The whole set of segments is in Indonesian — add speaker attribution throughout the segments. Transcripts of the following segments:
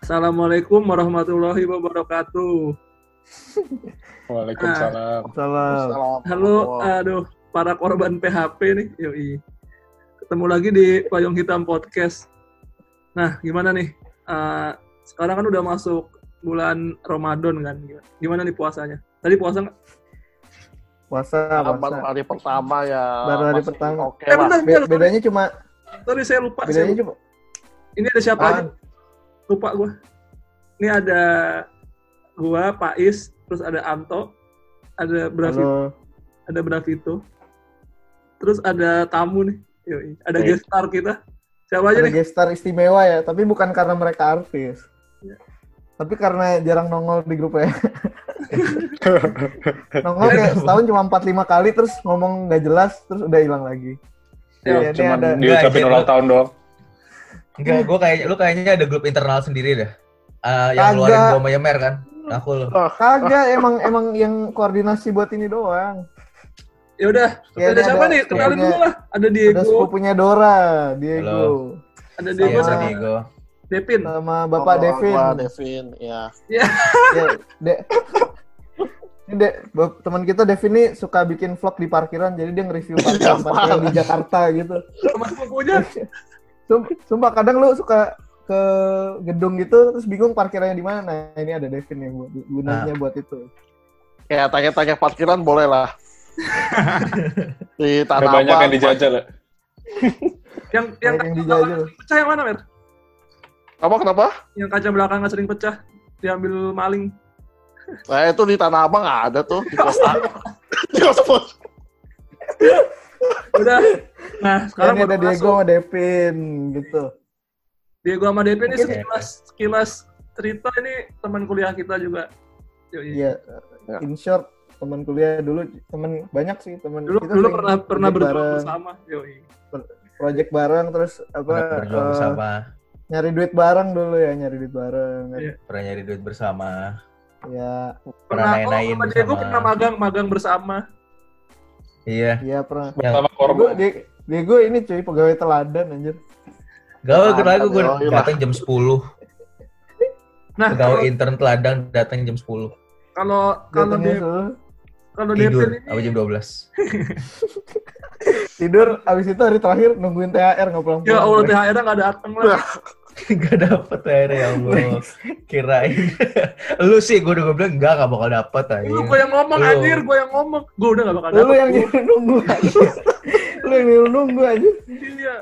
Speaker 1: Assalamualaikum warahmatullahi wabarakatuh.
Speaker 2: Waalaikumsalam.
Speaker 3: Salam.
Speaker 1: Halo, aduh, para korban PHP nih, yoi. Ketemu lagi di Payung Hitam Podcast. Nah, gimana nih? Eh, sekarang kan udah masuk bulan Ramadan kan? Gimana- Gimana nih puasanya? Tadi puasa nggak?
Speaker 3: Puasa,
Speaker 2: Nah, baru
Speaker 3: puasa.
Speaker 2: hari pertama ya.
Speaker 3: Baru hari
Speaker 2: Masih
Speaker 3: pertama.
Speaker 2: Oke
Speaker 1: Eh,
Speaker 2: lah.
Speaker 1: bentar, bentar,
Speaker 3: Iya, Be- bedanya cuma
Speaker 1: Sorry, saya lupa. saya
Speaker 3: bedanya
Speaker 1: lupa.
Speaker 3: cuma
Speaker 1: Ini ada siapa aja?
Speaker 3: apaan?
Speaker 1: Lupa gue. Ini ada gua, Pak Is, terus ada Anto, ada Bravito,
Speaker 3: Halo.
Speaker 1: ada Bravito. Terus ada tamu nih, yoi. Ada
Speaker 2: Oke.
Speaker 1: guest star kita. Siapa aja
Speaker 3: Ada
Speaker 1: nih?
Speaker 3: guest star istimewa ya, tapi bukan karena mereka artis.
Speaker 1: Iya.
Speaker 3: Tapi karena jarang nongol di grupnya. nongol kayak setahun cuma 4-5 kali terus ngomong nggak jelas terus udah hilang lagi.
Speaker 1: Iya,
Speaker 3: Ya, ini
Speaker 2: Cuman
Speaker 3: ada-
Speaker 2: diucapin
Speaker 4: Enggak,
Speaker 2: ulang tahun doang.
Speaker 4: Enggak, gua kayaknya lu kayaknya ada grup internal sendiri dah. Eh
Speaker 3: Kagak.
Speaker 4: yang ngeluarin gua sama Yemer kan. Aku lu.
Speaker 3: Kagak emang emang yang koordinasi buat ini doang.
Speaker 1: Ya udah,
Speaker 3: Ya,
Speaker 1: ada
Speaker 3: ini
Speaker 1: siapa
Speaker 3: ada
Speaker 1: nih? Kenalin
Speaker 3: sepupunya-
Speaker 1: dulu lah. Ada
Speaker 3: Ada
Speaker 1: Diego,
Speaker 3: sepupunya Dora, Diego,
Speaker 1: ada
Speaker 4: Iya,
Speaker 1: Diego
Speaker 3: sama-
Speaker 1: sama
Speaker 4: tadi gua.
Speaker 1: Devin.
Speaker 3: sama Bapak
Speaker 2: Oh,
Speaker 3: Devin.
Speaker 2: Bapak Devin, ya.
Speaker 3: ya, de- ini de, Bap- teman kita Devin ini suka bikin vlog di parkiran, jadi dia nge-review parkiran, parkiran di Jakarta gitu.
Speaker 1: Sama sepupunya.
Speaker 3: Sum- Sumpah kadang lu suka ke gedung gitu, terus bingung parkirannya di mana. Nah, ini ada Devin yang buat,
Speaker 4: Nah.
Speaker 3: gunanya buat itu.
Speaker 2: Kayak tanya-tanya parkiran boleh lah. di
Speaker 5: Ada
Speaker 2: tanaman.
Speaker 5: banyak yang dijajal ya.
Speaker 1: Yang yang
Speaker 3: Yang
Speaker 1: kaca
Speaker 3: dijajal.
Speaker 1: belakang sering pecah yang mana, Mer?
Speaker 2: Apa kenapa?
Speaker 1: Yang kaca belakang nggak sering pecah, diambil maling.
Speaker 2: Nah itu di Tanah Abang ada tuh di Costa. di Costa Post.
Speaker 1: Udah. Nah, sekarang
Speaker 3: Sekarang ini ada
Speaker 1: baru
Speaker 3: Diego
Speaker 1: masuk.
Speaker 3: sama Devin gitu.
Speaker 1: Diego sama Devin ini
Speaker 3: Mungkin-
Speaker 1: sekilas sekilas cerita ini teman kuliah kita juga. Yoi.
Speaker 3: Iya,
Speaker 4: Ya.
Speaker 3: in short teman kuliah dulu teman banyak sih teman
Speaker 1: Dulu
Speaker 3: kita
Speaker 1: dulu
Speaker 3: sering
Speaker 1: pernah pernah
Speaker 3: project
Speaker 1: berjuang
Speaker 3: bareng,
Speaker 1: bersama. Yoi.
Speaker 3: project bareng terus apa
Speaker 4: Pernah berjuang
Speaker 3: eh,
Speaker 4: bersama,
Speaker 3: nyari duit bareng dulu ya nyari duit bareng
Speaker 1: Iya.
Speaker 4: pernah nyari duit bersama,
Speaker 3: ya
Speaker 4: pernah
Speaker 1: Pernah oh,
Speaker 4: naik-naikin
Speaker 1: sama Diego
Speaker 4: bersama.
Speaker 1: pernah magang-magang bersama.
Speaker 4: Iya.
Speaker 3: iya pernah
Speaker 4: Yang
Speaker 5: Sama korban.
Speaker 3: Diego, Diego ini cuy pegawai teladan anjir.
Speaker 4: gawe kenal aku gua
Speaker 2: Iya.
Speaker 4: datang jam 10.
Speaker 1: Nah,
Speaker 4: Gawe
Speaker 1: kalau-
Speaker 4: intern teladang datang jam 10.
Speaker 1: kalau kalau
Speaker 3: Jatuhnya
Speaker 1: Dev-
Speaker 3: tuh,
Speaker 1: kalau Devin
Speaker 4: Tidur
Speaker 1: ini
Speaker 4: sampai jam 12.
Speaker 3: tidur abis itu hari terakhir nungguin THR nggak pulang.
Speaker 1: Ya Allah, THR nggak ada datang lah.
Speaker 4: Gak dapet akhirnya ya Allah. Kirain. lu sih gua udah gua bilang enggak gak bakal dapet
Speaker 1: Lu
Speaker 4: aja.
Speaker 1: gue yang ngomong,
Speaker 4: Lu.
Speaker 1: anjir, gue yang ngomong. Gue udah gak bakal
Speaker 3: Lu
Speaker 1: dapet.
Speaker 3: yang nyuruh nunggu. anjir. Lu yang nyuruh nunggu anjir.
Speaker 1: Iya.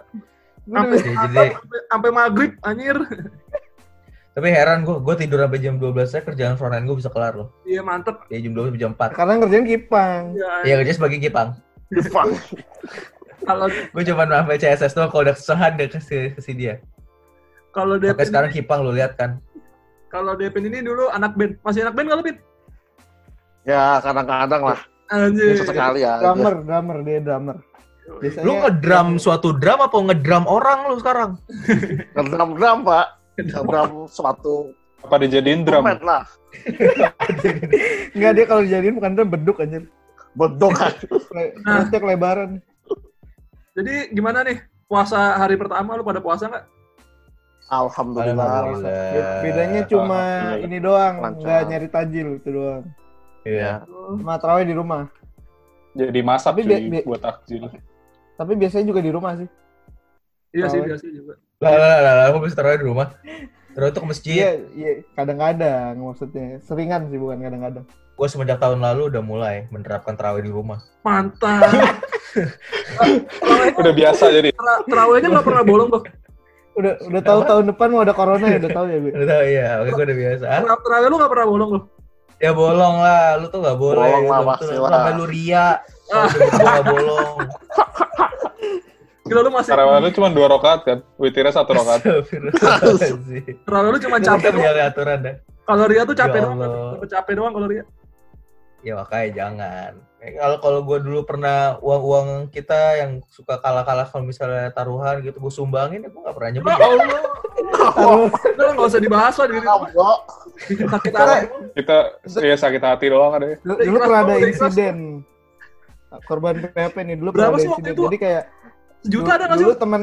Speaker 3: Gua udah-
Speaker 4: Ya, jadi
Speaker 1: Sampai- Sampai maghrib, anjir.
Speaker 4: tapi heran gua gua tidur sampai jam 12 saya kerjaan fronten gua bisa kelar loh.
Speaker 1: Iya, mantep.
Speaker 4: Ya jam 12 sampai jam 4.
Speaker 3: Karena ngerjain Kipang.
Speaker 1: Iya.
Speaker 4: Ya kerja sebagai kipang.
Speaker 2: Jepang.
Speaker 1: Kalau
Speaker 4: gue cuma ambil CSS doang kalau udah kesusahan deh ke si, ke si dia
Speaker 1: kalau
Speaker 4: sampai
Speaker 1: Devin
Speaker 4: sekarang Kipang lo lihat kan
Speaker 1: kalau Devin ini dulu anak band, masih anak band kalau Pit?
Speaker 2: Ya kadang-kadang lah.
Speaker 1: Anjir.
Speaker 2: Itu sekali ya.
Speaker 3: Drummer, drummer dia drummer. Biasanya
Speaker 4: lu ngedram suatu drum apa ngedram orang lu sekarang
Speaker 2: Ngedram-dram pak. Ngedram suatu
Speaker 5: Apa dijadiin drum?
Speaker 2: instrumen lah.
Speaker 3: Enggak dia kalau dijadiin bukan drum beduk anjir.
Speaker 2: Bedok kan.
Speaker 3: Le-
Speaker 1: Nah.
Speaker 3: Cek lebaran.
Speaker 1: Jadi gimana nih? Puasa hari pertama lu pada puasa nggak?
Speaker 2: Alhamdulillah.
Speaker 4: Ya,
Speaker 3: Be- Bedanya cuma
Speaker 5: Alhamdulillah.
Speaker 3: ini doang,
Speaker 2: Lancar.
Speaker 3: nggak nyari tajil itu doang.
Speaker 2: Ya.
Speaker 4: Iya.
Speaker 3: Cuma terawih di rumah.
Speaker 5: Jadi masak
Speaker 3: Tapi
Speaker 5: cuy
Speaker 3: bi- bi-
Speaker 5: buat takjil.
Speaker 3: Tapi biasanya juga di rumah sih.
Speaker 1: Iya sih
Speaker 3: Tahu.
Speaker 1: biasa juga.
Speaker 4: lah lah lah, lah lah gue bisa taruh di rumah terus tuh ke masjid
Speaker 3: Iya, iya, kadang-kadang maksudnya. Seringan sih bukan kadang-kadang.
Speaker 4: gue semenjak tahun lalu udah mulai menerapkan terawih di rumah
Speaker 1: Mantap.
Speaker 5: Udah biasa jadi.
Speaker 1: Tra- Terawihnya nggak pernah bolong kok.
Speaker 3: Udah udah tahu tahun depan mau ada corona ya udah tahu ya, Bi.
Speaker 4: udah tau iya oke gue udah biasa Ah,
Speaker 1: Tra- Terawih lu nggak pernah bolong loh.
Speaker 4: ya bolong lah lu tuh gak boleh
Speaker 2: Bolong lah,
Speaker 4: Lu-
Speaker 2: pasti
Speaker 4: lu-
Speaker 2: lah. Ah.
Speaker 4: sampai lu ria Kalau gitu gua gak bolong
Speaker 1: Gila lu masih
Speaker 5: Karena lu cuma dua rokat kan. Witirnya satu rokat.
Speaker 4: Astagfirullahaladzim.
Speaker 1: terawih lu cuma
Speaker 4: Kita
Speaker 1: capek doang.
Speaker 4: punya aturan dah
Speaker 1: Kalau Ria tuh capek
Speaker 4: Ya
Speaker 1: doang.
Speaker 4: Allah.
Speaker 1: Cuma Capek doang kalau Ria.
Speaker 4: Ya makanya jangan. Eh, Kalau kalau gue dulu pernah uang-uang kita yang suka kalah-kalah kalau misalnya taruhan gitu gue sumbangin, ya gue gak pernah nyebut.
Speaker 1: Ya
Speaker 3: Oh.
Speaker 1: Allah.
Speaker 3: Taruh-
Speaker 1: Udah lah, nggak usah dibahas lah diri.
Speaker 2: Alhamdulillah.
Speaker 1: Bikin sakit hati.
Speaker 5: Kita ya sakit hati doang ada. ya.
Speaker 3: Dulu, dulu pernah ada insiden korban PHP nih dulu
Speaker 1: Berapa
Speaker 3: pernah ada
Speaker 1: sih waktu
Speaker 3: insiden.
Speaker 1: itu?
Speaker 3: Jadi kayak
Speaker 1: Sejuta
Speaker 3: du-
Speaker 1: ada nggak sih?
Speaker 3: dulu teman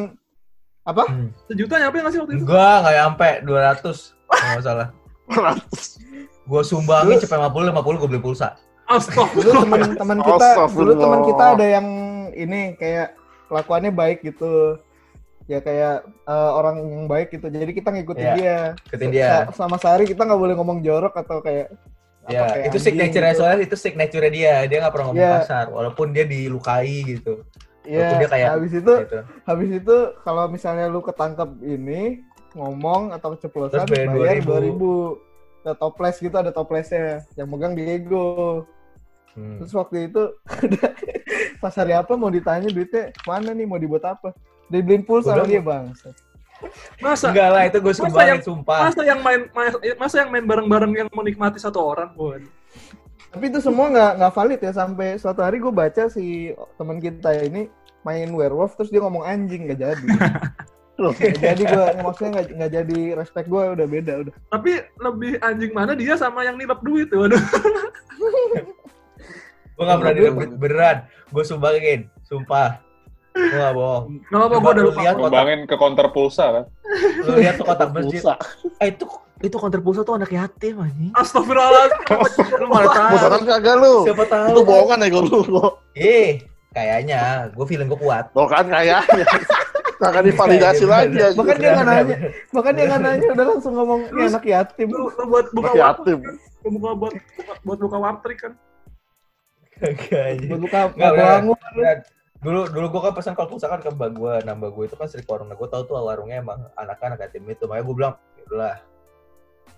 Speaker 4: Hmm.
Speaker 1: Sejuta nyampe nggak sih waktu itu?
Speaker 4: Enggak, nggak nyampe 200. Kalau nggak salah.
Speaker 2: Ratus.
Speaker 4: Gue sumbangin cepet 50, 50 gue beli pulsa.
Speaker 3: dulu
Speaker 1: Astagfirullah.
Speaker 3: teman-teman kita dulu
Speaker 2: Astagfirullah.
Speaker 3: teman kita ada yang ini kayak kelakuannya baik gitu ya kayak eh, orang yang baik gitu jadi kita ngikutin
Speaker 4: Iya,
Speaker 3: dia
Speaker 4: Ikutin dia.
Speaker 3: Sa- sama sehari kita nggak boleh ngomong jorok atau kayak apa,
Speaker 4: Ya,
Speaker 3: kayak
Speaker 4: itu
Speaker 3: anjing
Speaker 4: signature
Speaker 3: gitu.
Speaker 4: soalnya itu signature dia. Dia nggak pernah ngomong
Speaker 3: Iya.
Speaker 4: kasar, walaupun dia dilukai gitu.
Speaker 3: Iya,
Speaker 4: Walaupun dia kayak-
Speaker 3: habis itu
Speaker 4: gitu.
Speaker 3: habis itu kalau misalnya lu ketangkep ini ngomong atau keceplosan
Speaker 4: Terus
Speaker 3: bayar
Speaker 4: bayar 2000.
Speaker 3: 2000 ada toples gitu ada toplesnya yang megang Diego
Speaker 4: Hmm.
Speaker 3: Terus waktu itu udah pas hari apa mau ditanya duitnya mana nih mau dibuat apa? Dibeliin pulsa
Speaker 4: Udah,
Speaker 3: sama dia bang.
Speaker 1: Masa
Speaker 4: Enggak lah, itu gue
Speaker 1: Masa
Speaker 4: sumbangin,
Speaker 1: yang-
Speaker 4: sumpah.
Speaker 1: masa yang main ma- masa yang main bareng-bareng yang menikmati satu orang Bon?
Speaker 3: Tapi itu semua nggak nggak valid ya sampai suatu hari gue baca si teman kita ini main werewolf terus dia ngomong anjing nggak jadi. Nggak jadi gue maksudnya nggak nggak jadi respect gue udah beda udah.
Speaker 1: tapi lebih anjing mana dia sama yang nilap duit waduh
Speaker 4: Gue nggak pernah direbut, beneran. Gue sumbangin, sumpah. Gue nggak bohong.
Speaker 1: nggak apa-apa gue
Speaker 4: Coba
Speaker 1: udah
Speaker 4: lu
Speaker 1: lupa
Speaker 4: lihat.
Speaker 5: Kembangin ke counter pulsa kan.
Speaker 4: Lu lihat tuh kotak masjid.
Speaker 2: Pulsa.
Speaker 4: Eh, itu itu konter pulsa tuh anak yatim anjing.
Speaker 1: astagfirullahaladzim
Speaker 4: Lu malah tahu.
Speaker 2: Pulsa kan kagak lu.
Speaker 4: Siapa tahu? kan.
Speaker 2: Lu bohongan ya lu. Lu-
Speaker 4: Eh, kayaknya gue feeling gue kuat.
Speaker 2: Lo kan kaya. Kagak
Speaker 4: Iya,
Speaker 2: divalidasi lagi ya.
Speaker 3: Bahkan dia nggak nanya.
Speaker 4: Bener-bener.
Speaker 3: Bahkan dia nggak nanya udah langsung ngomong "Ini
Speaker 1: Terus-
Speaker 3: anak yatim.
Speaker 1: lu, lu buat buka
Speaker 2: Masih
Speaker 1: warteg
Speaker 2: aktif.
Speaker 1: lu buka buat buat buka warteg kan
Speaker 4: Kagak, anjing.
Speaker 3: Buat buka
Speaker 4: Nggak,
Speaker 3: buka
Speaker 4: nggak.
Speaker 3: wangun.
Speaker 4: Beneran. Dulu dulu gue kan pesan kalau pulsa kan ke mbak gue, nah mbak gue itu kan sering ke warung. Nah gue tau tuh warungnya emang anak-anak yatim itu, makanya gue bilang, yaudahlah.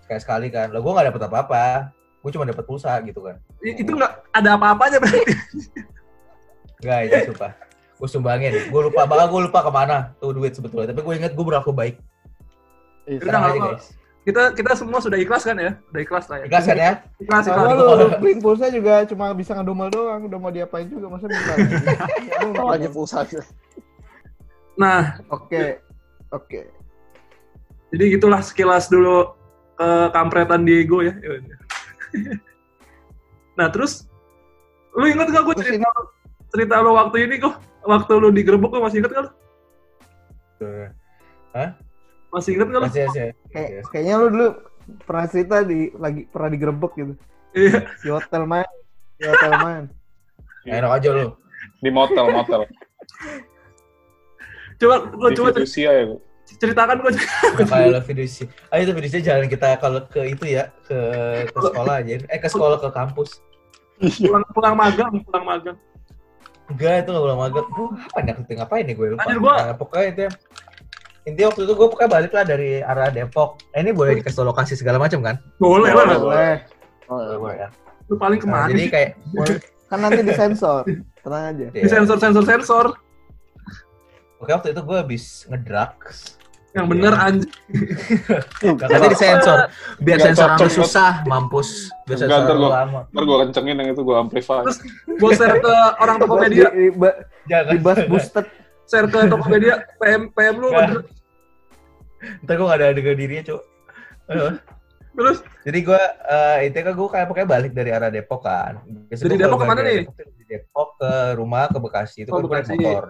Speaker 4: Sekali sekali kan, lah gue nggak dapet apa-apa, gue cuma dapet pulsa gitu kan.
Speaker 1: I- itu nggak ada apa-apanya berarti
Speaker 4: Gak itu sumpah. Gue sumbangin, gue lupa banget, gue lupa kemana tuh duit sebetulnya. Tapi gue inget gue berlaku baik.
Speaker 2: Ih,
Speaker 1: Udah, nggak
Speaker 4: Tenang aja
Speaker 1: apa-apa.
Speaker 4: guys.
Speaker 1: kita kita semua sudah ikhlas kan ya udah ikhlas lah ya
Speaker 4: Ikhlas kan ya?
Speaker 1: ikhlas
Speaker 3: Kalau
Speaker 1: ikhlas
Speaker 3: lu lu beliin pulsa juga cuma bisa ngedumel doang, udah mau diapain juga maksudnya bukan. Lu
Speaker 2: sama
Speaker 3: nggak-
Speaker 2: Lagi pulsa aja.
Speaker 1: nah
Speaker 3: Oke, oke.
Speaker 1: jadi gitulah sekilas dulu ke kampretan Diego ya Yaudah. nah terus lu inget gak gue
Speaker 2: Terus
Speaker 1: cerita cerita lu waktu ini kok waktu lu digerebek lu masih inget gak lu
Speaker 4: Tuh.
Speaker 1: masih inget gak lu
Speaker 4: Masih masih.
Speaker 3: Kayak,
Speaker 4: Yes.
Speaker 3: kayaknya lu dulu pernah cerita di lagi pernah digerebek gitu.
Speaker 1: iya
Speaker 3: Di hotel main, di hotel main.
Speaker 4: Nah, Enak aja lu.
Speaker 5: Di motel, motel.
Speaker 1: coba gue
Speaker 5: Di
Speaker 1: coba cer-
Speaker 5: Fidusia ya gue.
Speaker 1: ceritakan gue
Speaker 4: Nah, Kayak lo video sih. Ayo tuh video sih jalan kita kalau ke itu ya ke ke sekolah aja. Eh ke sekolah ke kampus.
Speaker 1: pulang pulang magang pulang magang
Speaker 4: Enggak itu nggak boleh mager. Gue apa nih aku ngapain nih gue lupa.
Speaker 1: Anjir, gua-
Speaker 4: Nah, pokoknya itu ya. Intinya waktu itu gue pokoknya balik lah dari arah Depok. Eh, ini boleh dikasih tau lokasi segala macam kan?
Speaker 1: boleh
Speaker 2: Boleh,
Speaker 1: lah
Speaker 2: boleh.
Speaker 3: Eh,
Speaker 2: Oh, ya,
Speaker 4: Boleh,
Speaker 2: boleh.
Speaker 4: boleh ya.
Speaker 1: lu paling
Speaker 4: Nah,
Speaker 1: kemana
Speaker 4: jadi
Speaker 1: sih
Speaker 4: kayak gitu ya.
Speaker 3: Kan nanti disensor. Tenang aja.
Speaker 1: di sensor sensor sensor
Speaker 4: Oke waktu itu gue habis ngedrugs.
Speaker 1: yang bener
Speaker 4: Iya.
Speaker 1: anjing
Speaker 4: Gak katanya disensor. Biar
Speaker 5: Nggak
Speaker 4: sensor
Speaker 5: cocok,
Speaker 4: orang susah, mampus. Biar
Speaker 5: Nggak,
Speaker 4: sensor
Speaker 5: ntar
Speaker 4: orang
Speaker 5: gua-
Speaker 4: lama.
Speaker 5: Ntar gue kencengin yang itu gue amplify.
Speaker 1: Terus- gue share ke orang
Speaker 3: Di,
Speaker 1: Tokopedia
Speaker 3: di, ba-
Speaker 4: Jangan.
Speaker 3: di bus boosted.
Speaker 1: share ke Tokopedia PM PM lu
Speaker 4: Nggak.
Speaker 1: ngedruk.
Speaker 4: Ntar gue gak ada denger dirinya, Cuk. Aduh.
Speaker 1: terus
Speaker 4: Jadi gue, eh itu kan gue kayak pokoknya balik dari arah Depok kan.
Speaker 1: Dari
Speaker 4: Biasanya gua
Speaker 1: Depok
Speaker 4: kalau
Speaker 1: kemana
Speaker 4: balik dari
Speaker 1: nih?
Speaker 4: Depok tuh Dari Depok ke rumah, ke Bekasi. Itu
Speaker 1: Oh,
Speaker 4: kan gue naik
Speaker 1: Bekasi. Hmm.
Speaker 4: motor.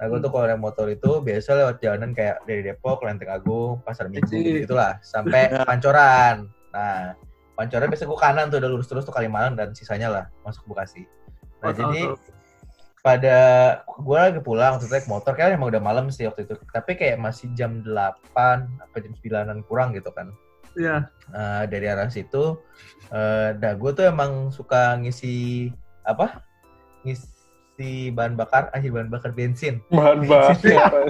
Speaker 4: Nah gue tuh kalau naik motor itu biasa lewat jalanan kayak dari Depok, Lenteng Agung, Pasar Minggu
Speaker 1: Bekasi.
Speaker 4: gitu lah. Sampai Pancoran. Nah Pancoran biasa gue kanan tuh udah lurus terus tuh Kalimalang dan sisanya lah masuk ke Bekasi.
Speaker 1: Oh,
Speaker 4: Nah
Speaker 1: tahu,
Speaker 4: jadi
Speaker 1: tahu.
Speaker 4: pada gue lagi pulang waktu itu naik motor kayaknya emang udah malam sih waktu itu tapi kayak masih jam 8 apa jam 9an kurang gitu kan
Speaker 1: ya
Speaker 4: Nah, dari arah situ eh dah gue tuh emang suka ngisi apa ngisi bahan bakar anjir bahan bakar bensin
Speaker 5: Bahan-bahan.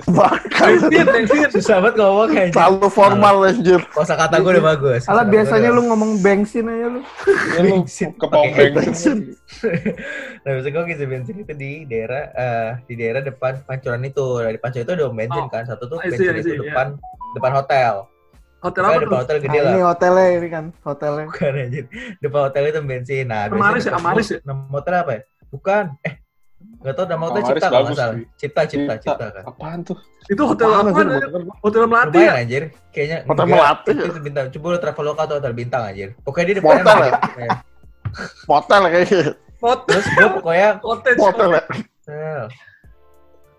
Speaker 2: Bakar.
Speaker 1: bensin bensin
Speaker 4: susah banget ngomong kayak
Speaker 2: Terlalu formal ya, anjir.
Speaker 4: kosa kata gue udah bagus
Speaker 3: Alah
Speaker 4: Kosakata
Speaker 3: biasanya
Speaker 4: gua
Speaker 3: lu
Speaker 4: udah-
Speaker 3: ngomong bensin aja lu.
Speaker 5: Ya, lu
Speaker 4: bensin
Speaker 5: ke pom
Speaker 4: Pakai-
Speaker 5: bensin.
Speaker 4: nah biasanya gue ngisi bensin itu di daerah eh di daerah depan pancuran itu dari pancuran itu ada pom bensin
Speaker 1: Oh,
Speaker 4: kan satu tuh
Speaker 1: I see,
Speaker 4: bensin
Speaker 1: I
Speaker 4: itu
Speaker 1: see,
Speaker 4: depan depan hotel
Speaker 1: hotel apa
Speaker 4: Pokoknya depan
Speaker 1: tuh
Speaker 4: hotel
Speaker 3: Nah,
Speaker 4: gede lah
Speaker 3: ini hotelnya ini kan, hotelnya.
Speaker 4: Bukan anjir. Depan hotel itu bensin. Nah,
Speaker 1: Amaris ya,
Speaker 4: biasanya
Speaker 1: Amaris ya?
Speaker 4: Nama hotel apa ya? Bukan. Eh, nggak tahu nama hotel
Speaker 5: Amaris
Speaker 4: Cipta kalau
Speaker 5: bagus,
Speaker 4: nggak salah.
Speaker 5: cuy.
Speaker 4: Cipta, Cipta, Cipta kan.
Speaker 5: Apaan tuh?
Speaker 1: itu hotel
Speaker 2: Apaan,
Speaker 1: apa
Speaker 2: anjir,
Speaker 1: ada?
Speaker 2: bener.
Speaker 1: hotel melati
Speaker 4: Lumayan
Speaker 1: ya
Speaker 4: anjir. Kayaknya
Speaker 2: Hotel
Speaker 4: enggak.
Speaker 2: Melati ya?
Speaker 4: Itu bintang. Coba lu traveloka atau hotel bintang anjir. Pokoknya dia depannya
Speaker 2: Hotel
Speaker 4: Melati. Eh,
Speaker 2: Motel ya, kayaknya.
Speaker 1: hotel
Speaker 4: Terus gue pokoknya eh,
Speaker 1: hotel
Speaker 2: Motel ya.
Speaker 4: hotel.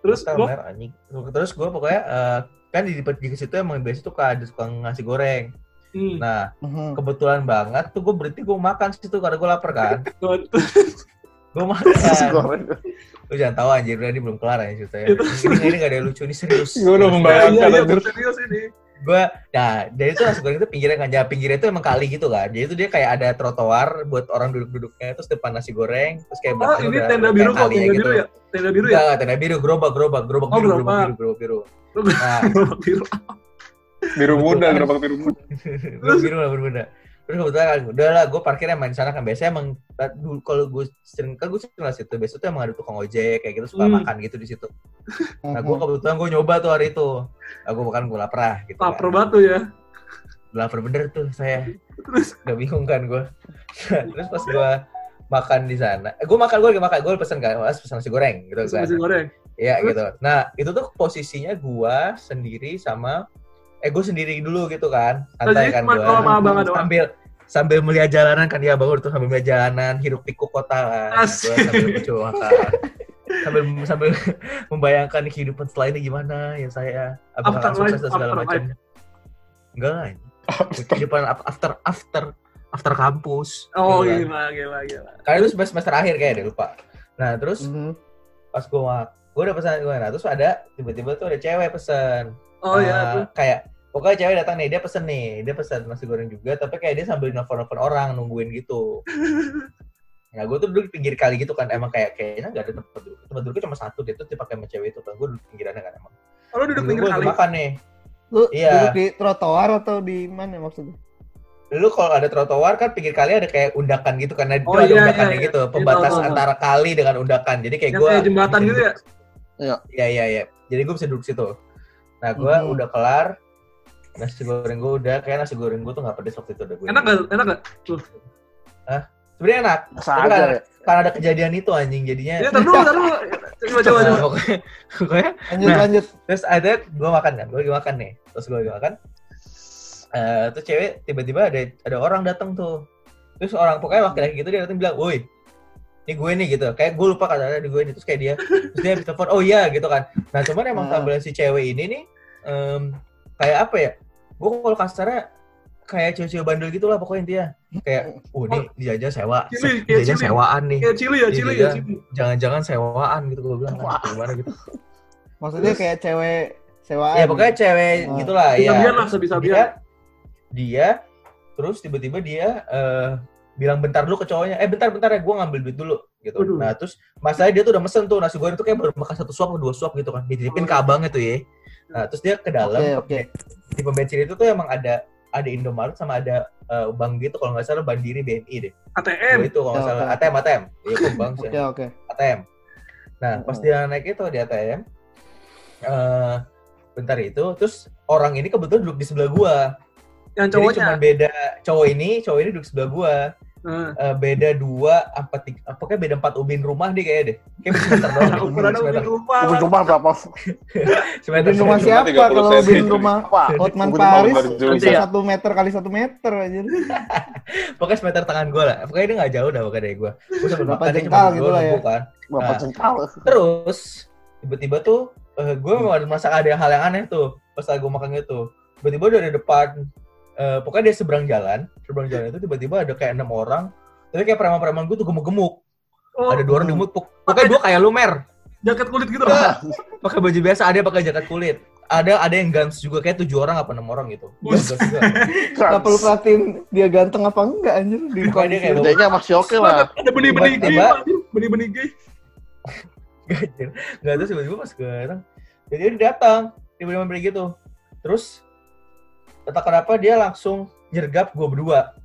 Speaker 1: terus
Speaker 4: Hotel,
Speaker 1: gua
Speaker 4: mer, anjing. Terus gue pokoknya eh, kan di di situ emang biasa tuh ada suka ngasih goreng.
Speaker 1: Hmm,
Speaker 4: Nah,
Speaker 3: Mhm.
Speaker 4: kebetulan banget tuh gue berhenti gue makan situ karena gue lapar kan.
Speaker 1: God.
Speaker 4: Gue makan.
Speaker 2: Goreng.
Speaker 4: Lu jangan tahu anjir, udah, ini belum kelar ya ceritanya. Ini, ini gak ada yang lucu, ini serius.
Speaker 5: Gue udah
Speaker 1: Iya,
Speaker 5: membayangkan
Speaker 1: iya,
Speaker 5: anjir.
Speaker 1: serius ini.
Speaker 4: gue nah dari itu nasi goreng itu pinggirnya kan ya pinggirnya itu emang kali gitu kan jadi itu dia kayak ada trotoar buat orang duduk-duduknya terus depan nasi goreng terus kayak
Speaker 1: Oh,
Speaker 4: belakangnya
Speaker 1: ini
Speaker 4: udah-
Speaker 1: tenda
Speaker 4: kayak
Speaker 1: biru kok,
Speaker 4: kali
Speaker 1: tenda biru ya? Tenda biru ya?
Speaker 4: Enggak, enggak, tenda biru gerobak gerobak gerobak
Speaker 1: Oh,
Speaker 4: biru gerobak
Speaker 1: gerobak.
Speaker 4: biru gerobak biru
Speaker 1: Gerobak.
Speaker 4: nah
Speaker 1: biru.
Speaker 5: Biru muda, gerobak biru muda.
Speaker 4: gerobak biru lah biru muda terus kebetulan kan udah lah gue parkirnya main sana kan biasanya emang dulu- kalau gue sering kan gue sering lah situ biasanya tuh emang ada tukang ojek kayak gitu suka
Speaker 1: Hmm.
Speaker 4: makan gitu di situ nah gue kebetulan gue nyoba tuh hari itu nah, gue makan gue lapar ah, gitu
Speaker 1: Lapar
Speaker 4: kan.
Speaker 1: batu ya.
Speaker 4: lapar bener tuh saya udah bingung kan gue terus pas gue makan di sana eh, gue makan gue lagi makan gue pesen kan mas pesen nasi goreng gitu
Speaker 1: Terus
Speaker 4: kan
Speaker 1: nasi goreng.
Speaker 4: Iya
Speaker 1: Terus?
Speaker 4: gitu nah itu tuh posisinya gue sendiri sama eh gue sendiri dulu gitu kan
Speaker 1: Oh,
Speaker 4: santai
Speaker 1: jadi
Speaker 4: kan
Speaker 1: cuma
Speaker 4: gue
Speaker 1: kalau sama abang doang?
Speaker 4: sambil sambil melihat jalanan kan ya bangun tuh sambil melihat jalanan hirup pikuk kota kan gue
Speaker 1: Asik.
Speaker 4: sambil mencoba kan. sambil sambil membayangkan kehidupan setelah ini gimana ya saya apakah akan
Speaker 1: Afterlife,
Speaker 4: sukses dan segala macam
Speaker 1: afterlife.
Speaker 4: enggak lah kehidupan ap- after after after kampus.
Speaker 1: Oh,
Speaker 4: gitu
Speaker 1: gila,
Speaker 4: kan.
Speaker 1: gila, gila.
Speaker 4: Karena itu semester semester akhir kayaknya deh lupa. Nah terus
Speaker 3: Mhm.
Speaker 4: pas gua gua udah pesan gua nah terus ada tiba-tiba tuh ada cewek pesan.
Speaker 1: Oh
Speaker 4: Nah,
Speaker 1: ya, tuh.
Speaker 4: Kayak pokoknya cewek datang nih dia pesen nih dia pesan nasi goreng juga tapi kayak dia sambil nelfon-nelfon orang nungguin gitu. Nah, gue tuh duduk di pinggir kali gitu kan, emang kayak kayaknya nggak ada tempat duduk. Tempat duduknya cuma satu, dia tuh dipakai sama cewek itu kan. Gue duduk pinggirannya kan emang.
Speaker 1: Oh, lu duduk
Speaker 4: Gua-
Speaker 1: pinggir
Speaker 4: gua lagi
Speaker 1: kali.
Speaker 4: makan nih.
Speaker 3: Lu
Speaker 4: Iya.
Speaker 3: duduk di trotoar atau di mana maksudnya?
Speaker 4: lu kalau ada trotoar kan pinggir kali ada kayak undakan gitu karena
Speaker 1: Oh,
Speaker 4: itu ada
Speaker 1: iya,
Speaker 4: undakannya
Speaker 1: iya,
Speaker 4: gitu
Speaker 1: iya.
Speaker 4: pembatas
Speaker 1: Iya, tahu, tahu.
Speaker 4: antara kali dengan undakan jadi kayak
Speaker 1: Yang
Speaker 4: gue
Speaker 1: kayak jembatan gitu ya?
Speaker 4: iya iya iya jadi gue bisa duduk situ nah gue
Speaker 3: Mhm.
Speaker 4: udah kelar nasi goreng gue udah kayak nasi goreng gue tuh nggak pedes waktu itu udah gue
Speaker 1: Enak gak? Enak gak?
Speaker 4: sebenarnya enak
Speaker 2: Biasa aja ya.
Speaker 4: karena ada kejadian itu anjing jadinya
Speaker 1: Ya, taruh dulu, taruh dulu. Coba, coba,
Speaker 4: Nah,
Speaker 1: coba.
Speaker 4: pokoknya, pokoknya
Speaker 3: Lanjut
Speaker 4: Nah.
Speaker 3: lanjut.
Speaker 4: terus ada gue makan kan gue lagi makan nih terus gue lagi makan Eh terus cewek tiba-tiba ada ada orang datang tuh terus orang pokoknya laki-laki gitu dia datang bilang woi ini gue nih gitu kayak gue lupa katanya di gue nih terus kayak dia terus dia telepon oh iya gitu kan nah cuman emang
Speaker 3: Ah.
Speaker 4: tampilan si cewek ini nih em, kayak apa ya gue kalau kasarnya kayak cewek-cewek bandel gitu lah pokoknya intinya kayak oh ini dijajah sewa
Speaker 1: Cili, kayak
Speaker 4: dijajah
Speaker 1: cili.
Speaker 4: sewaan nih
Speaker 1: Kayak cili ya,
Speaker 4: Iya,
Speaker 1: cili
Speaker 4: iya.
Speaker 1: ya, cili.
Speaker 4: jangan-jangan sewaan gitu gue bilang "Aduh, gimana gitu
Speaker 3: Maksudnya kayak cewek sewaan.
Speaker 4: ya pokoknya cewek
Speaker 3: Ah.
Speaker 4: gitulah ya
Speaker 1: Bisa lah, sebisa
Speaker 4: dia
Speaker 1: biar.
Speaker 4: dia terus tiba-tiba dia eh, bilang bentar dulu ke cowoknya eh bentar bentar ya gue ngambil duit dulu gitu
Speaker 1: Waduh.
Speaker 4: nah terus masalahnya dia tuh udah mesen tuh nasi goreng tuh kayak baru makan satu suap atau dua suap gitu kan dititipin ke abangnya tuh ya nah terus dia ke dalam
Speaker 3: Oke,
Speaker 4: ke
Speaker 3: Oh. oke.
Speaker 4: pe- di pom bensin itu tuh emang ada ada Indomaret sama ada eh, bank gitu kalau nggak salah Bandiri BNI deh
Speaker 1: ATM.
Speaker 4: Dua itu kalau nggak
Speaker 3: Oke,
Speaker 4: salah
Speaker 3: oke.
Speaker 4: ATM ATM iya kok bank sih
Speaker 3: Oke Oh. oke.
Speaker 4: ATM nah pas dia naik itu di ATM eh bentar itu terus orang ini kebetulan duduk di sebelah gua
Speaker 1: Yang
Speaker 4: jadi cuma
Speaker 1: cowoknya.
Speaker 4: beda cowok ini, cowok ini duduk sebelah gua.
Speaker 1: Nah,
Speaker 4: Eh, beda dua apa tiga, apa kayak beda empat ubin rumah deh kayaknya deh. Kayak semeter doang. deh,
Speaker 1: ukuran
Speaker 4: semeter.
Speaker 1: di rumah.
Speaker 2: Ubin
Speaker 1: lah.
Speaker 2: rumah berapa?
Speaker 4: Semeter.
Speaker 3: Ubin rumah
Speaker 4: semeter.
Speaker 5: Cuma
Speaker 3: siapa
Speaker 5: 30
Speaker 3: kalau
Speaker 5: cm.
Speaker 3: ubin rumah
Speaker 2: Apa?
Speaker 3: Hotman
Speaker 2: Ubin rumah
Speaker 3: Paris
Speaker 2: berapa juga?
Speaker 3: bisa
Speaker 4: ya.
Speaker 2: Iya.
Speaker 3: satu meter kali satu meter aja.
Speaker 4: Iya. Pokoknya semeter tangan gua lah. Pokoknya dia nggak jauh dah pokoknya dari gua. Gua sambil
Speaker 3: Berapa
Speaker 4: makan dia cuma
Speaker 3: jengkal
Speaker 4: berdua
Speaker 3: gitu lah ya.
Speaker 4: nunggu kan.
Speaker 2: Berapa
Speaker 4: Nah.
Speaker 2: cengkal?
Speaker 4: Terus tiba-tiba tuh eh, gua
Speaker 3: Hmm.
Speaker 4: memang ada masa ada hal yang aneh tuh pas lagi gua makan gitu. Tiba-tiba dari depan eh, pokoknya dia seberang jalan, seberang jalan itu tiba-tiba ada kayak enam orang. Tapi kayak preman-preman gua tuh gemuk-gemuk.
Speaker 1: Oh,
Speaker 4: Ada dua orang gemuk. Pokoknya dua kayak lumer.
Speaker 1: jaket kulit gitu.
Speaker 4: Enggak. pakai baju biasa ada yang pakai jaket kulit ada ada yang gans juga kayak tujuh orang apa enam orang gitu Dia
Speaker 1: Bus.
Speaker 4: gans juga.
Speaker 3: Gak perlu perhatiin dia ganteng apa enggak anjir di
Speaker 4: Pokoknya dia kayak
Speaker 2: Bedanya masih oke lah.
Speaker 1: Ada benih-benih gay,
Speaker 4: Tiba-tiba-
Speaker 1: anjir. benih-benih gay.
Speaker 4: Anjir. nggak terus tiba-tiba pas gue datang jadi dia datang tiba-tiba beli gitu terus entah kenapa dia langsung nyergap gue berdua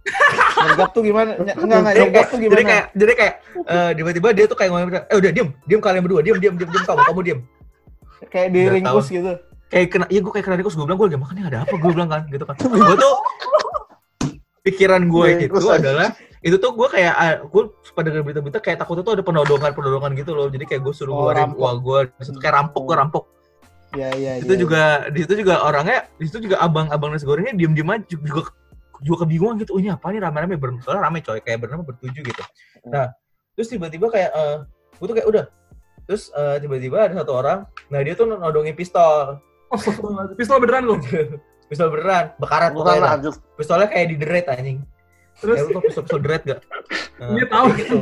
Speaker 3: Nyergap tuh gimana? Ny- Enggak enggak
Speaker 4: jadi
Speaker 3: nyergap
Speaker 4: kayak
Speaker 3: tuh
Speaker 4: jadi
Speaker 3: gimana?
Speaker 4: kayak jadi kayak eh, tiba-tiba dia tuh kayak ngomong eh udah diem diem kalian berdua diem diem diem diem kamu kamu diem
Speaker 3: Kayak di
Speaker 4: Nggak
Speaker 3: ringkus gitu.
Speaker 4: kayak kena iya gue kayak kena tikus gue bilang gue lagi makan nih ada apa gue bilang kan gitu kan gue tuh pikiran
Speaker 3: Iya,
Speaker 4: gue itu
Speaker 2: Tikus aja.
Speaker 4: adalah itu tuh gue kayak ah, gue suka denger berita-berita kayak takutnya tuh ada penodongan penodongan gitu loh jadi kayak gue suruh
Speaker 3: Oh,
Speaker 4: ngeluarin
Speaker 3: rampok.
Speaker 4: uang gue di situ kayak rampok gue rampok
Speaker 3: Iya iya iya.
Speaker 4: itu juga di situ juga orangnya di situ juga abang-abang nasi gorengnya diem-diem aja juga juga kebingungan gitu oh ini apa nih rame-rame ber- soalnya rame coy kayak bernama bertujuh gitu
Speaker 3: Hmm.
Speaker 4: nah terus tiba-tiba kayak eh gue tuh kayak udah terus eh, tiba-tiba ada satu orang nah dia tuh nodongin pistol
Speaker 1: Oh, pistol beneran lu.
Speaker 4: pistol beneran bekarat
Speaker 2: Bukan
Speaker 4: pokoknya
Speaker 2: lanjut.
Speaker 4: pistolnya kayak di deret anjing
Speaker 1: Terus
Speaker 4: ya, lu tau pistol pistol deret gak Nah,
Speaker 1: Iya, tahu.
Speaker 4: kayak gitu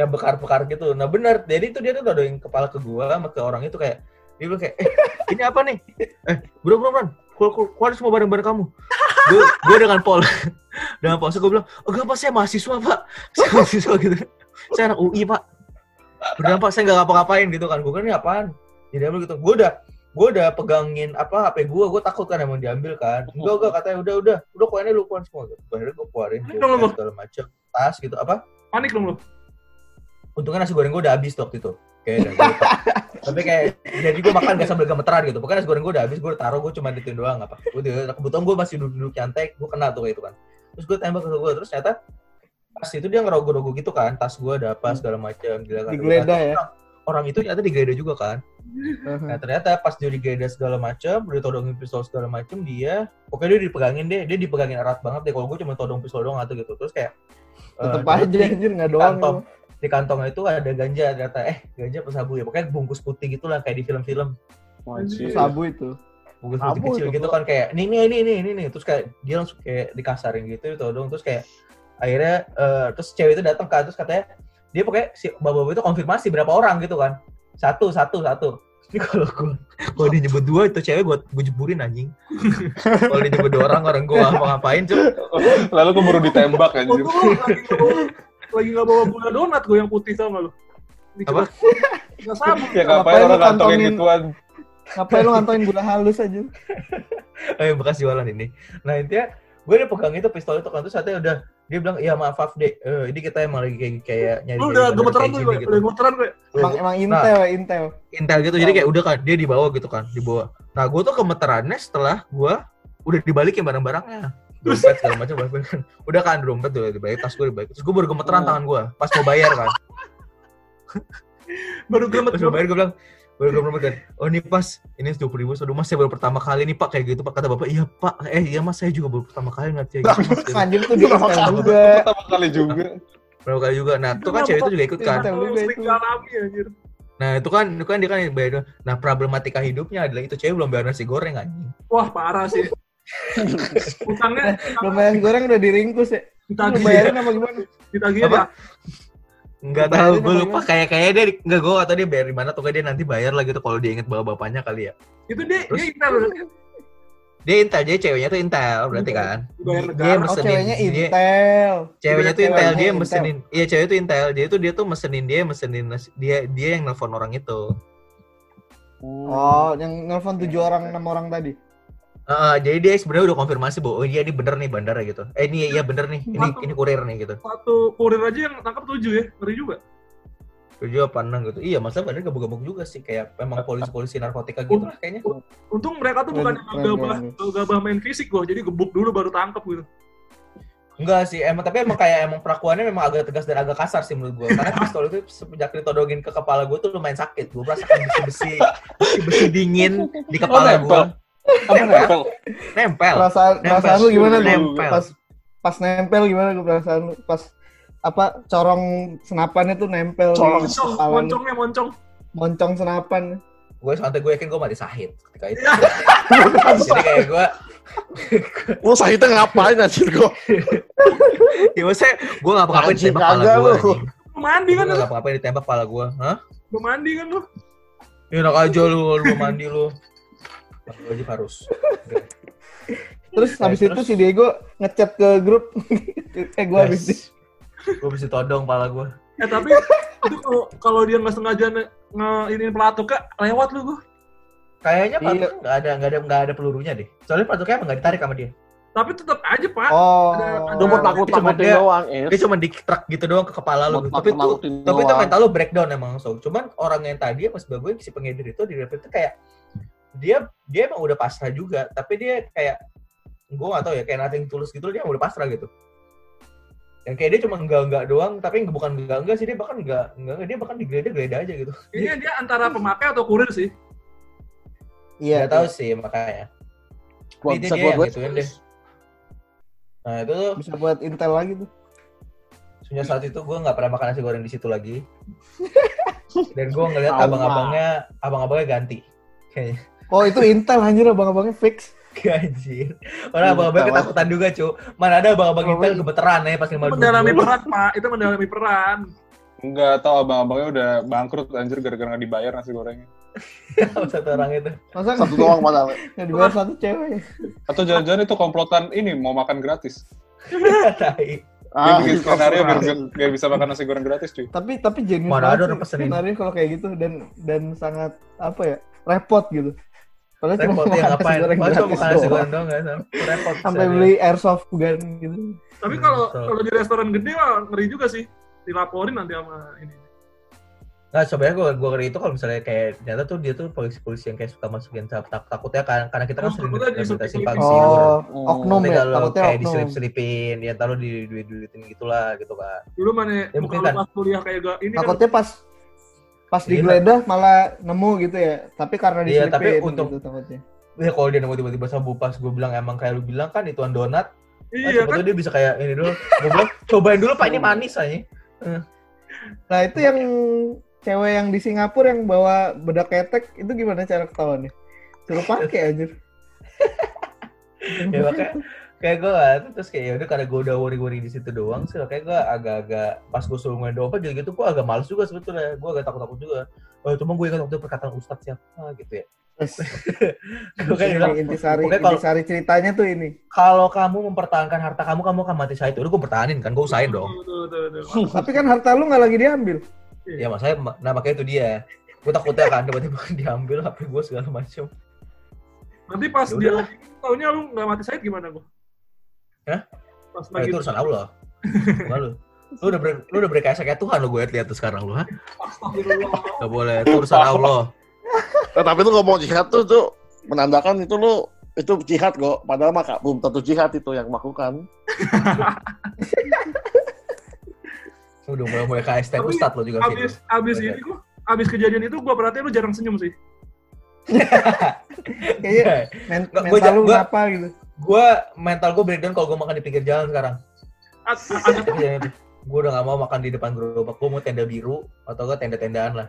Speaker 4: ya bekar bekar gitu nah benar jadi itu dia tuh dodoin kepala ke gua sama ke orang itu kayak dia bilang kayak eh, ini apa nih eh bro bro bro keluar keluar, keluar semua barang barang kamu gua, gua dengan pol dengan polsek gua bilang oh enggak pak saya mahasiswa pak saya mahasiswa gitu saya anak UI pak berdampak saya nggak ngapa-ngapain gitu kan gua kan ini apaan jadi ambil gitu gua udah gua udah pegangin apa HP gua gua takut kan emang diambil kan enggak enggak katanya udah udah udah koinnya lu keluarin semua gitu akhirnya gua keluarin
Speaker 1: Ini dong,
Speaker 4: gua
Speaker 1: Bang.
Speaker 4: segala macam tas gitu apa
Speaker 1: panik dong lo.
Speaker 4: Iya, untungnya nasi goreng gue udah habis tuh waktu itu kayak udah gua lupa. tapi kayak jadi gue makan gak sambil gemeteran gitu pokoknya nasi goreng gue udah habis gue taruh gue cuma dituin doang apa gue kebetulan gue masih duduk duduk nyantai gue kena tuh kayak itu kan terus gue tembak ke gue terus ternyata pas itu dia ngerogoh-rogoh gitu kan tas gue ada apa segala macam gila kan.
Speaker 3: Digeledah ya? Hmm.
Speaker 4: Orang- orang itu ternyata digeledah juga kan Nah ternyata pas dia digeledah segala macam, dia todongin pistol segala macam dia, pokoknya dia dipegangin deh, dia dipegangin erat banget deh. Kalau gue cuma todong pistol doang atau gitu, terus kayak eh,
Speaker 3: Tetep
Speaker 4: dia-
Speaker 3: aja anjir nggak
Speaker 4: di
Speaker 3: doang.
Speaker 4: kantong di kantongnya itu ada ganja ternyata eh ganja apa sabu ya pokoknya bungkus putih gitulah kayak di film-film
Speaker 3: lu.
Speaker 5: Wajib.
Speaker 3: Sabu itu.
Speaker 4: bungkus
Speaker 2: Sabu
Speaker 4: putih kecil
Speaker 2: itu,
Speaker 4: gitu
Speaker 2: Bro.
Speaker 4: kan kayak ini ini ini ini ini terus kayak dia langsung kayak dikasarin gitu tau dong terus kayak akhirnya eh, terus cewek itu datang kan terus katanya dia pokoknya si bapak-bapak itu konfirmasi berapa orang gitu kan satu satu satu ini kalau gua kalau dia nyebut dua itu cewek gua gua jeburin anjing kalau dia nyebut dua orang orang gua apa ngapain cuy
Speaker 5: Lalu keburu ditembak
Speaker 4: iya.
Speaker 1: Oh,
Speaker 5: anjir.
Speaker 1: tuh, lagi nggak bawa- lagi nggak bawa gula donat gue yang putih tau nggak lo? Dikit-
Speaker 4: Apa?
Speaker 1: Nggak sabu.
Speaker 5: Ya
Speaker 3: Ngapain
Speaker 5: ngapain
Speaker 3: lu
Speaker 5: orang kantongin
Speaker 3: kantongin?
Speaker 5: gituan?
Speaker 3: Ngapain lu ngantongin gula halus aja?
Speaker 4: eh bekas jualan ini. Nah intinya gue udah pegang itu pistol itu kan terus katanya udah dia bilang iya maaf maaf deh eh, ini kita emang lagi kayak kayak nyari
Speaker 1: Lu udah
Speaker 4: bandar
Speaker 1: gemeteran
Speaker 4: kayak
Speaker 1: tuh
Speaker 4: gini," gitu.
Speaker 1: gue, udah gemeteran gue.
Speaker 3: Emang, emang
Speaker 4: Nah.
Speaker 3: intel ya, intel.
Speaker 4: intel gitu jadi kayak udah kan dia dibawa gitu kan dibawa nah gue tuh kemeterannya setelah gue udah dibalikin barang-barangnya dompet segala macam balik kan udah kan dompet udah dibalik tas gue dibalik terus gue baru gemeteran
Speaker 5: Hmm.
Speaker 4: tangan gue pas mau bayar kan
Speaker 1: Baru gemet.
Speaker 4: pas mau bayar gue bilang baru gue gemeteran oh ini pas ini dua puluh ribu aduh mas saya baru pertama kali nih pak kayak gitu pak kata bapak iya pak eh iya mas saya juga baru pertama kali ngeliat kayak gitu mas."
Speaker 3: Anjir tuh dia
Speaker 2: Kenapa
Speaker 3: intel
Speaker 2: kamu
Speaker 3: juga.
Speaker 5: Pertama kali juga.
Speaker 4: Berapa kali juga. Nah, itu kan cewek itu juga ikut kan.
Speaker 3: Intel juga
Speaker 1: Sering
Speaker 3: itu.
Speaker 1: dialami anjir.
Speaker 4: Nah, itu kan itu kan dia kan yang bayar. Nah, problematika hidupnya adalah itu cewek belum bayar nasi goreng anjing.
Speaker 1: Wah parah sih. Utangnya
Speaker 3: Belum bayar goreng udah diringkus ya. Lu
Speaker 1: ditagih
Speaker 3: bayarin apa gimana?
Speaker 1: ditagih
Speaker 4: Apa?
Speaker 1: ya.
Speaker 4: Enggak
Speaker 3: Bayar
Speaker 4: tahu,
Speaker 3: apa
Speaker 4: gue lupa
Speaker 3: gimana?
Speaker 4: kayak kayak dia enggak gue atau dia bayar di mana atau kayak dia nanti bayar lah gitu kalau dia inget bawa bapaknya kali ya.
Speaker 1: Itu dia
Speaker 4: Terus?
Speaker 1: dia intel loh.
Speaker 4: Dia intel, jadi ceweknya tuh intel berarti kan.
Speaker 1: Bayar
Speaker 4: Dia-
Speaker 1: negara.
Speaker 4: Dia
Speaker 3: Oh
Speaker 4: mesenin
Speaker 3: ceweknya
Speaker 4: dia,
Speaker 3: intel.
Speaker 4: ceweknya tuh
Speaker 3: Ceweknya
Speaker 4: intel, dia
Speaker 3: intel.
Speaker 4: mesenin. Iya, cewek tuh intel. Dia tuh dia tuh mesenin dia mesenin nasi- dia dia yang nelfon orang itu.
Speaker 3: Oh, yang nelfon tujuh orang, enam orang tadi.
Speaker 4: Heeh, jadi dia sebenarnya udah konfirmasi bahwa oh iya ini bener nih bandara gitu. Eh ini iya bener nih, ini ini kurir nih gitu.
Speaker 1: Satu kurir aja yang nangkap tujuh ya. Ngeri juga.
Speaker 4: Tujuh apa enam gitu. Iya, masa bener gebuk-gebuk juga sih kayak memang polisi-polisi narkotika gitu lah kayaknya.
Speaker 1: Untung mereka tuh bukan
Speaker 3: Keren,
Speaker 1: yang
Speaker 3: keren,
Speaker 1: gabah,
Speaker 3: keren.
Speaker 1: gabah main fisik gue, jadi gebuk dulu baru tangkep gitu.
Speaker 4: Enggak sih, emang tapi emang kayak emang perlakuannya memang agak tegas dan agak kasar sih menurut gua. Karena pistol itu semenjak ditodongin ke kepala gua tuh lumayan sakit. Gua merasakan besi-besi besi dingin di kepala
Speaker 5: Oh, nempel?
Speaker 4: gua.
Speaker 5: Apa nempel?
Speaker 4: Nempel.
Speaker 3: Perasaan,
Speaker 4: Nempel.
Speaker 3: perasaan lu gimana tuh?
Speaker 4: Nempel.
Speaker 3: Pas pas nempel gimana tuh perasaan lu? Pas apa corong senapannya tuh nempel di
Speaker 2: Corong.
Speaker 1: Moncong,
Speaker 3: kepala lu.
Speaker 1: moncongnya moncong.
Speaker 3: moncong senapan.
Speaker 4: Gua santai gua yakin gua mati sahid ketika itu.
Speaker 1: Ya.
Speaker 4: Jadi kayak gua
Speaker 2: Lu sahitnya ngapain anjir gua?
Speaker 4: ya maksudnya gua enggak apa-apa
Speaker 2: Anjing,
Speaker 4: ditembak kepala
Speaker 2: kagak
Speaker 4: gua.
Speaker 2: lu.
Speaker 4: anjing.
Speaker 1: Lu mandi
Speaker 4: Gua
Speaker 1: kan lu?
Speaker 4: enggak apa-apa ditembak kepala gua. Hah?
Speaker 1: Lu mandi kan lu?
Speaker 4: Ya enak aja lu, lu mau mandi lu. Gua aja harus.
Speaker 3: Terus
Speaker 4: Nah,
Speaker 3: habis
Speaker 4: terus-
Speaker 3: itu si Diego ngechat ke grup. eh gua habis di-
Speaker 4: Yes. Gua bisa todong kepala gua.
Speaker 1: Ya tapi itu kalau kalau dia nggak sengaja nge iniin pelatuknya lewat lu gue.
Speaker 4: Kayaknya
Speaker 3: Iya.
Speaker 4: patung nggak ada nggak ada nggak ada pelurunya deh. Soalnya patungnya emang nggak ditarik sama dia.
Speaker 1: Tapi tetap aja pak.
Speaker 3: Oh.
Speaker 1: Ada-
Speaker 2: Lu
Speaker 1: ada-
Speaker 2: mau takut-takutin
Speaker 4: Cuma Nah, dia-
Speaker 2: doang, eh.
Speaker 4: Dia cuma di track gitu doang ke kepala
Speaker 2: Mau
Speaker 4: lu. gitu. Tapi itu
Speaker 2: takut-takutin
Speaker 4: tapi itu
Speaker 2: doang.
Speaker 4: mental lu breakdown emang so. Cuman orang yang tadi pas gue si pengedar itu di Rapid itu kayak dia dia emang udah pasrah juga, tapi dia kayak gue gak tau ya kayak nothing tulus gitu dia udah pasrah gitu. Yang kayak dia cuma enggak enggak doang, tapi bukan enggak enggak sih dia bahkan enggak enggak dia bahkan digeledah geledah aja gitu.
Speaker 1: Ini dia antara pemakai atau kurir sih.
Speaker 3: Iya.
Speaker 4: Nggak tahu sih makanya.
Speaker 2: Gua
Speaker 4: Ini
Speaker 2: bisa
Speaker 4: dia gitu.
Speaker 2: gua
Speaker 4: yang
Speaker 2: gua.
Speaker 4: gituin deh. Nah itu tuh
Speaker 3: Bisa buat intel lagi tuh.
Speaker 4: Sejak saat itu gue nggak pernah makan nasi goreng di situ lagi. Dan gue ngeliat
Speaker 2: Trauma.
Speaker 4: abang-abangnya, abang-abangnya ganti. Kayaknya.
Speaker 3: Oh, itu intel anjir abang-abangnya fix.
Speaker 4: Anjir. Mana abang-abang ketakutan juga, cu. Mana ada abang-abang kita yang gemeteran ya pas
Speaker 1: Itu
Speaker 4: 52.
Speaker 1: mendalami peran, Pak. Itu mendalami peran.
Speaker 5: Enggak tahu abang-abangnya udah bangkrut anjir gara-gara nggak dibayar nasi gorengnya.
Speaker 4: Satu orang itu.
Speaker 3: Masa
Speaker 2: Satu doang padahal.
Speaker 3: nggak dibawa satu cewek?
Speaker 5: Atau jangan-jangan itu komplotan ini mau makan gratis.
Speaker 4: Tai.
Speaker 5: Dia
Speaker 2: Ah, itu
Speaker 5: bikin skenario biar,
Speaker 2: apa?
Speaker 5: biar, biar bisa makan nasi goreng gratis cuy.
Speaker 3: Tapi tapi jenis
Speaker 4: Mana ada orang
Speaker 3: sih
Speaker 4: pesenin.
Speaker 3: sebenarnya kalau kayak gitu dan dan sangat apa ya repot gitu. Padahal
Speaker 4: Saya
Speaker 3: cuma
Speaker 4: mau yang
Speaker 3: makan
Speaker 4: iya, ngapain?
Speaker 3: nasi goreng
Speaker 4: Mau cuma
Speaker 3: gratis
Speaker 4: makan nasi
Speaker 3: doang.
Speaker 4: goreng doang nggak? Sam? Repot.
Speaker 3: sampai
Speaker 4: serius.
Speaker 3: beli airsoft gun gitu.
Speaker 1: Tapi kalau
Speaker 4: Betul.
Speaker 1: kalau di restoran gede wah, ngeri juga sih. Dilaporin nanti sama ini.
Speaker 4: Nggak, Nah, sebenarnya gue gue ngeri itu kalau misalnya kayak ternyata tuh dia tuh polisi-polisi yang kayak suka masukin tak tak- takutnya kan karena kita kan
Speaker 1: Oh,
Speaker 4: sering
Speaker 1: takutnya
Speaker 4: rehabilitasi
Speaker 1: diselip-selipin.
Speaker 4: pangsiur.
Speaker 3: Oh,
Speaker 5: Hmm.
Speaker 3: oknum
Speaker 4: Nanti
Speaker 3: ya,
Speaker 4: kalau
Speaker 3: takutnya
Speaker 4: kayak
Speaker 3: oknum.
Speaker 4: diselip-selipin, ya taruh di duit-duitin gitulah gitu kan.
Speaker 1: Dulu mana
Speaker 4: Ya,
Speaker 1: bukan
Speaker 4: mungkin kan.
Speaker 1: lepas kuliah kayak gak ini kan.
Speaker 3: Takutnya pas pas
Speaker 4: Iya.
Speaker 3: digeledah malah nemu gitu ya. Tapi karena diselipin
Speaker 4: Iya, tapi untung-
Speaker 3: gitu takutnya.
Speaker 4: Ya kalau dia nemu tiba-tiba sama pas gue bilang emang kayak lu bilang kan ituan donat. Iya,
Speaker 1: Iya kan.
Speaker 4: dia bisa kayak ini dulu. Gue bilang cobain dulu pak ini manis aja.
Speaker 3: Nah, itu yang cewek yang di Singapura yang bawa bedak ketek itu gimana cara ketahuannya? Suruh pakai aja.
Speaker 4: Ya makanya kayak gue terus kayak ya udah karena gue udah worry-worry di situ doang sih kayak gue agak-agak pas gue suruh main dompet jadi gitu gue agak males juga sebetulnya gue agak takut-takut juga oh, cuma gue ingat waktu itu perkataan ustadz siapa gitu ya gue kayak bilang
Speaker 3: Ini Iya, intisari,
Speaker 4: pokoknya kalau-
Speaker 3: intisari ceritanya tuh ini.
Speaker 4: kalau kamu mempertahankan harta kamu kamu akan mati syahid udah gue pertahanin kan gue usahain dong
Speaker 1: Betul, betul, betul.
Speaker 3: Tapi kan harta lu nggak lagi diambil.
Speaker 4: ya maksudnya nah makanya itu dia gue takutnya kan tiba-tiba diambil HP gue segala macam
Speaker 1: Nanti pas
Speaker 4: Ya
Speaker 1: dia
Speaker 4: udah.
Speaker 1: tahunya lu nggak mati sakit gimana gua?
Speaker 4: Hah?
Speaker 1: Pas
Speaker 4: nah,
Speaker 1: lagi
Speaker 4: itu urusan Allah malu lu udah ber, lu udah berkaya kayak Tuhan lo gue lihat tuh sekarang lu ha
Speaker 1: Astagfirullah.
Speaker 4: gak boleh itu urusan Allah
Speaker 2: Nah, tapi lu ngomong jihad tuh tuh menandakan itu lu itu jihad kok. Padahal maka belum tentu jihad itu yang melakukan.
Speaker 4: udah mulai mulai KST
Speaker 1: Tapi
Speaker 4: Ustadz lo juga
Speaker 1: abis abis
Speaker 4: Bener.
Speaker 1: ini gua abis kejadian itu gua perhatiin lu jarang senyum sih.
Speaker 3: Kayaknya men-
Speaker 4: Iya. Nggak, gua
Speaker 3: mental
Speaker 4: ja-
Speaker 3: lu
Speaker 4: gua-
Speaker 3: kenapa gitu.
Speaker 4: gue mental gue breakdown kalau gue makan di pinggir jalan sekarang.
Speaker 1: A- a- Ada
Speaker 4: gue udah gak mau makan di depan gerobak. Gue mau tenda biru atau gue tenda-tendaan lah.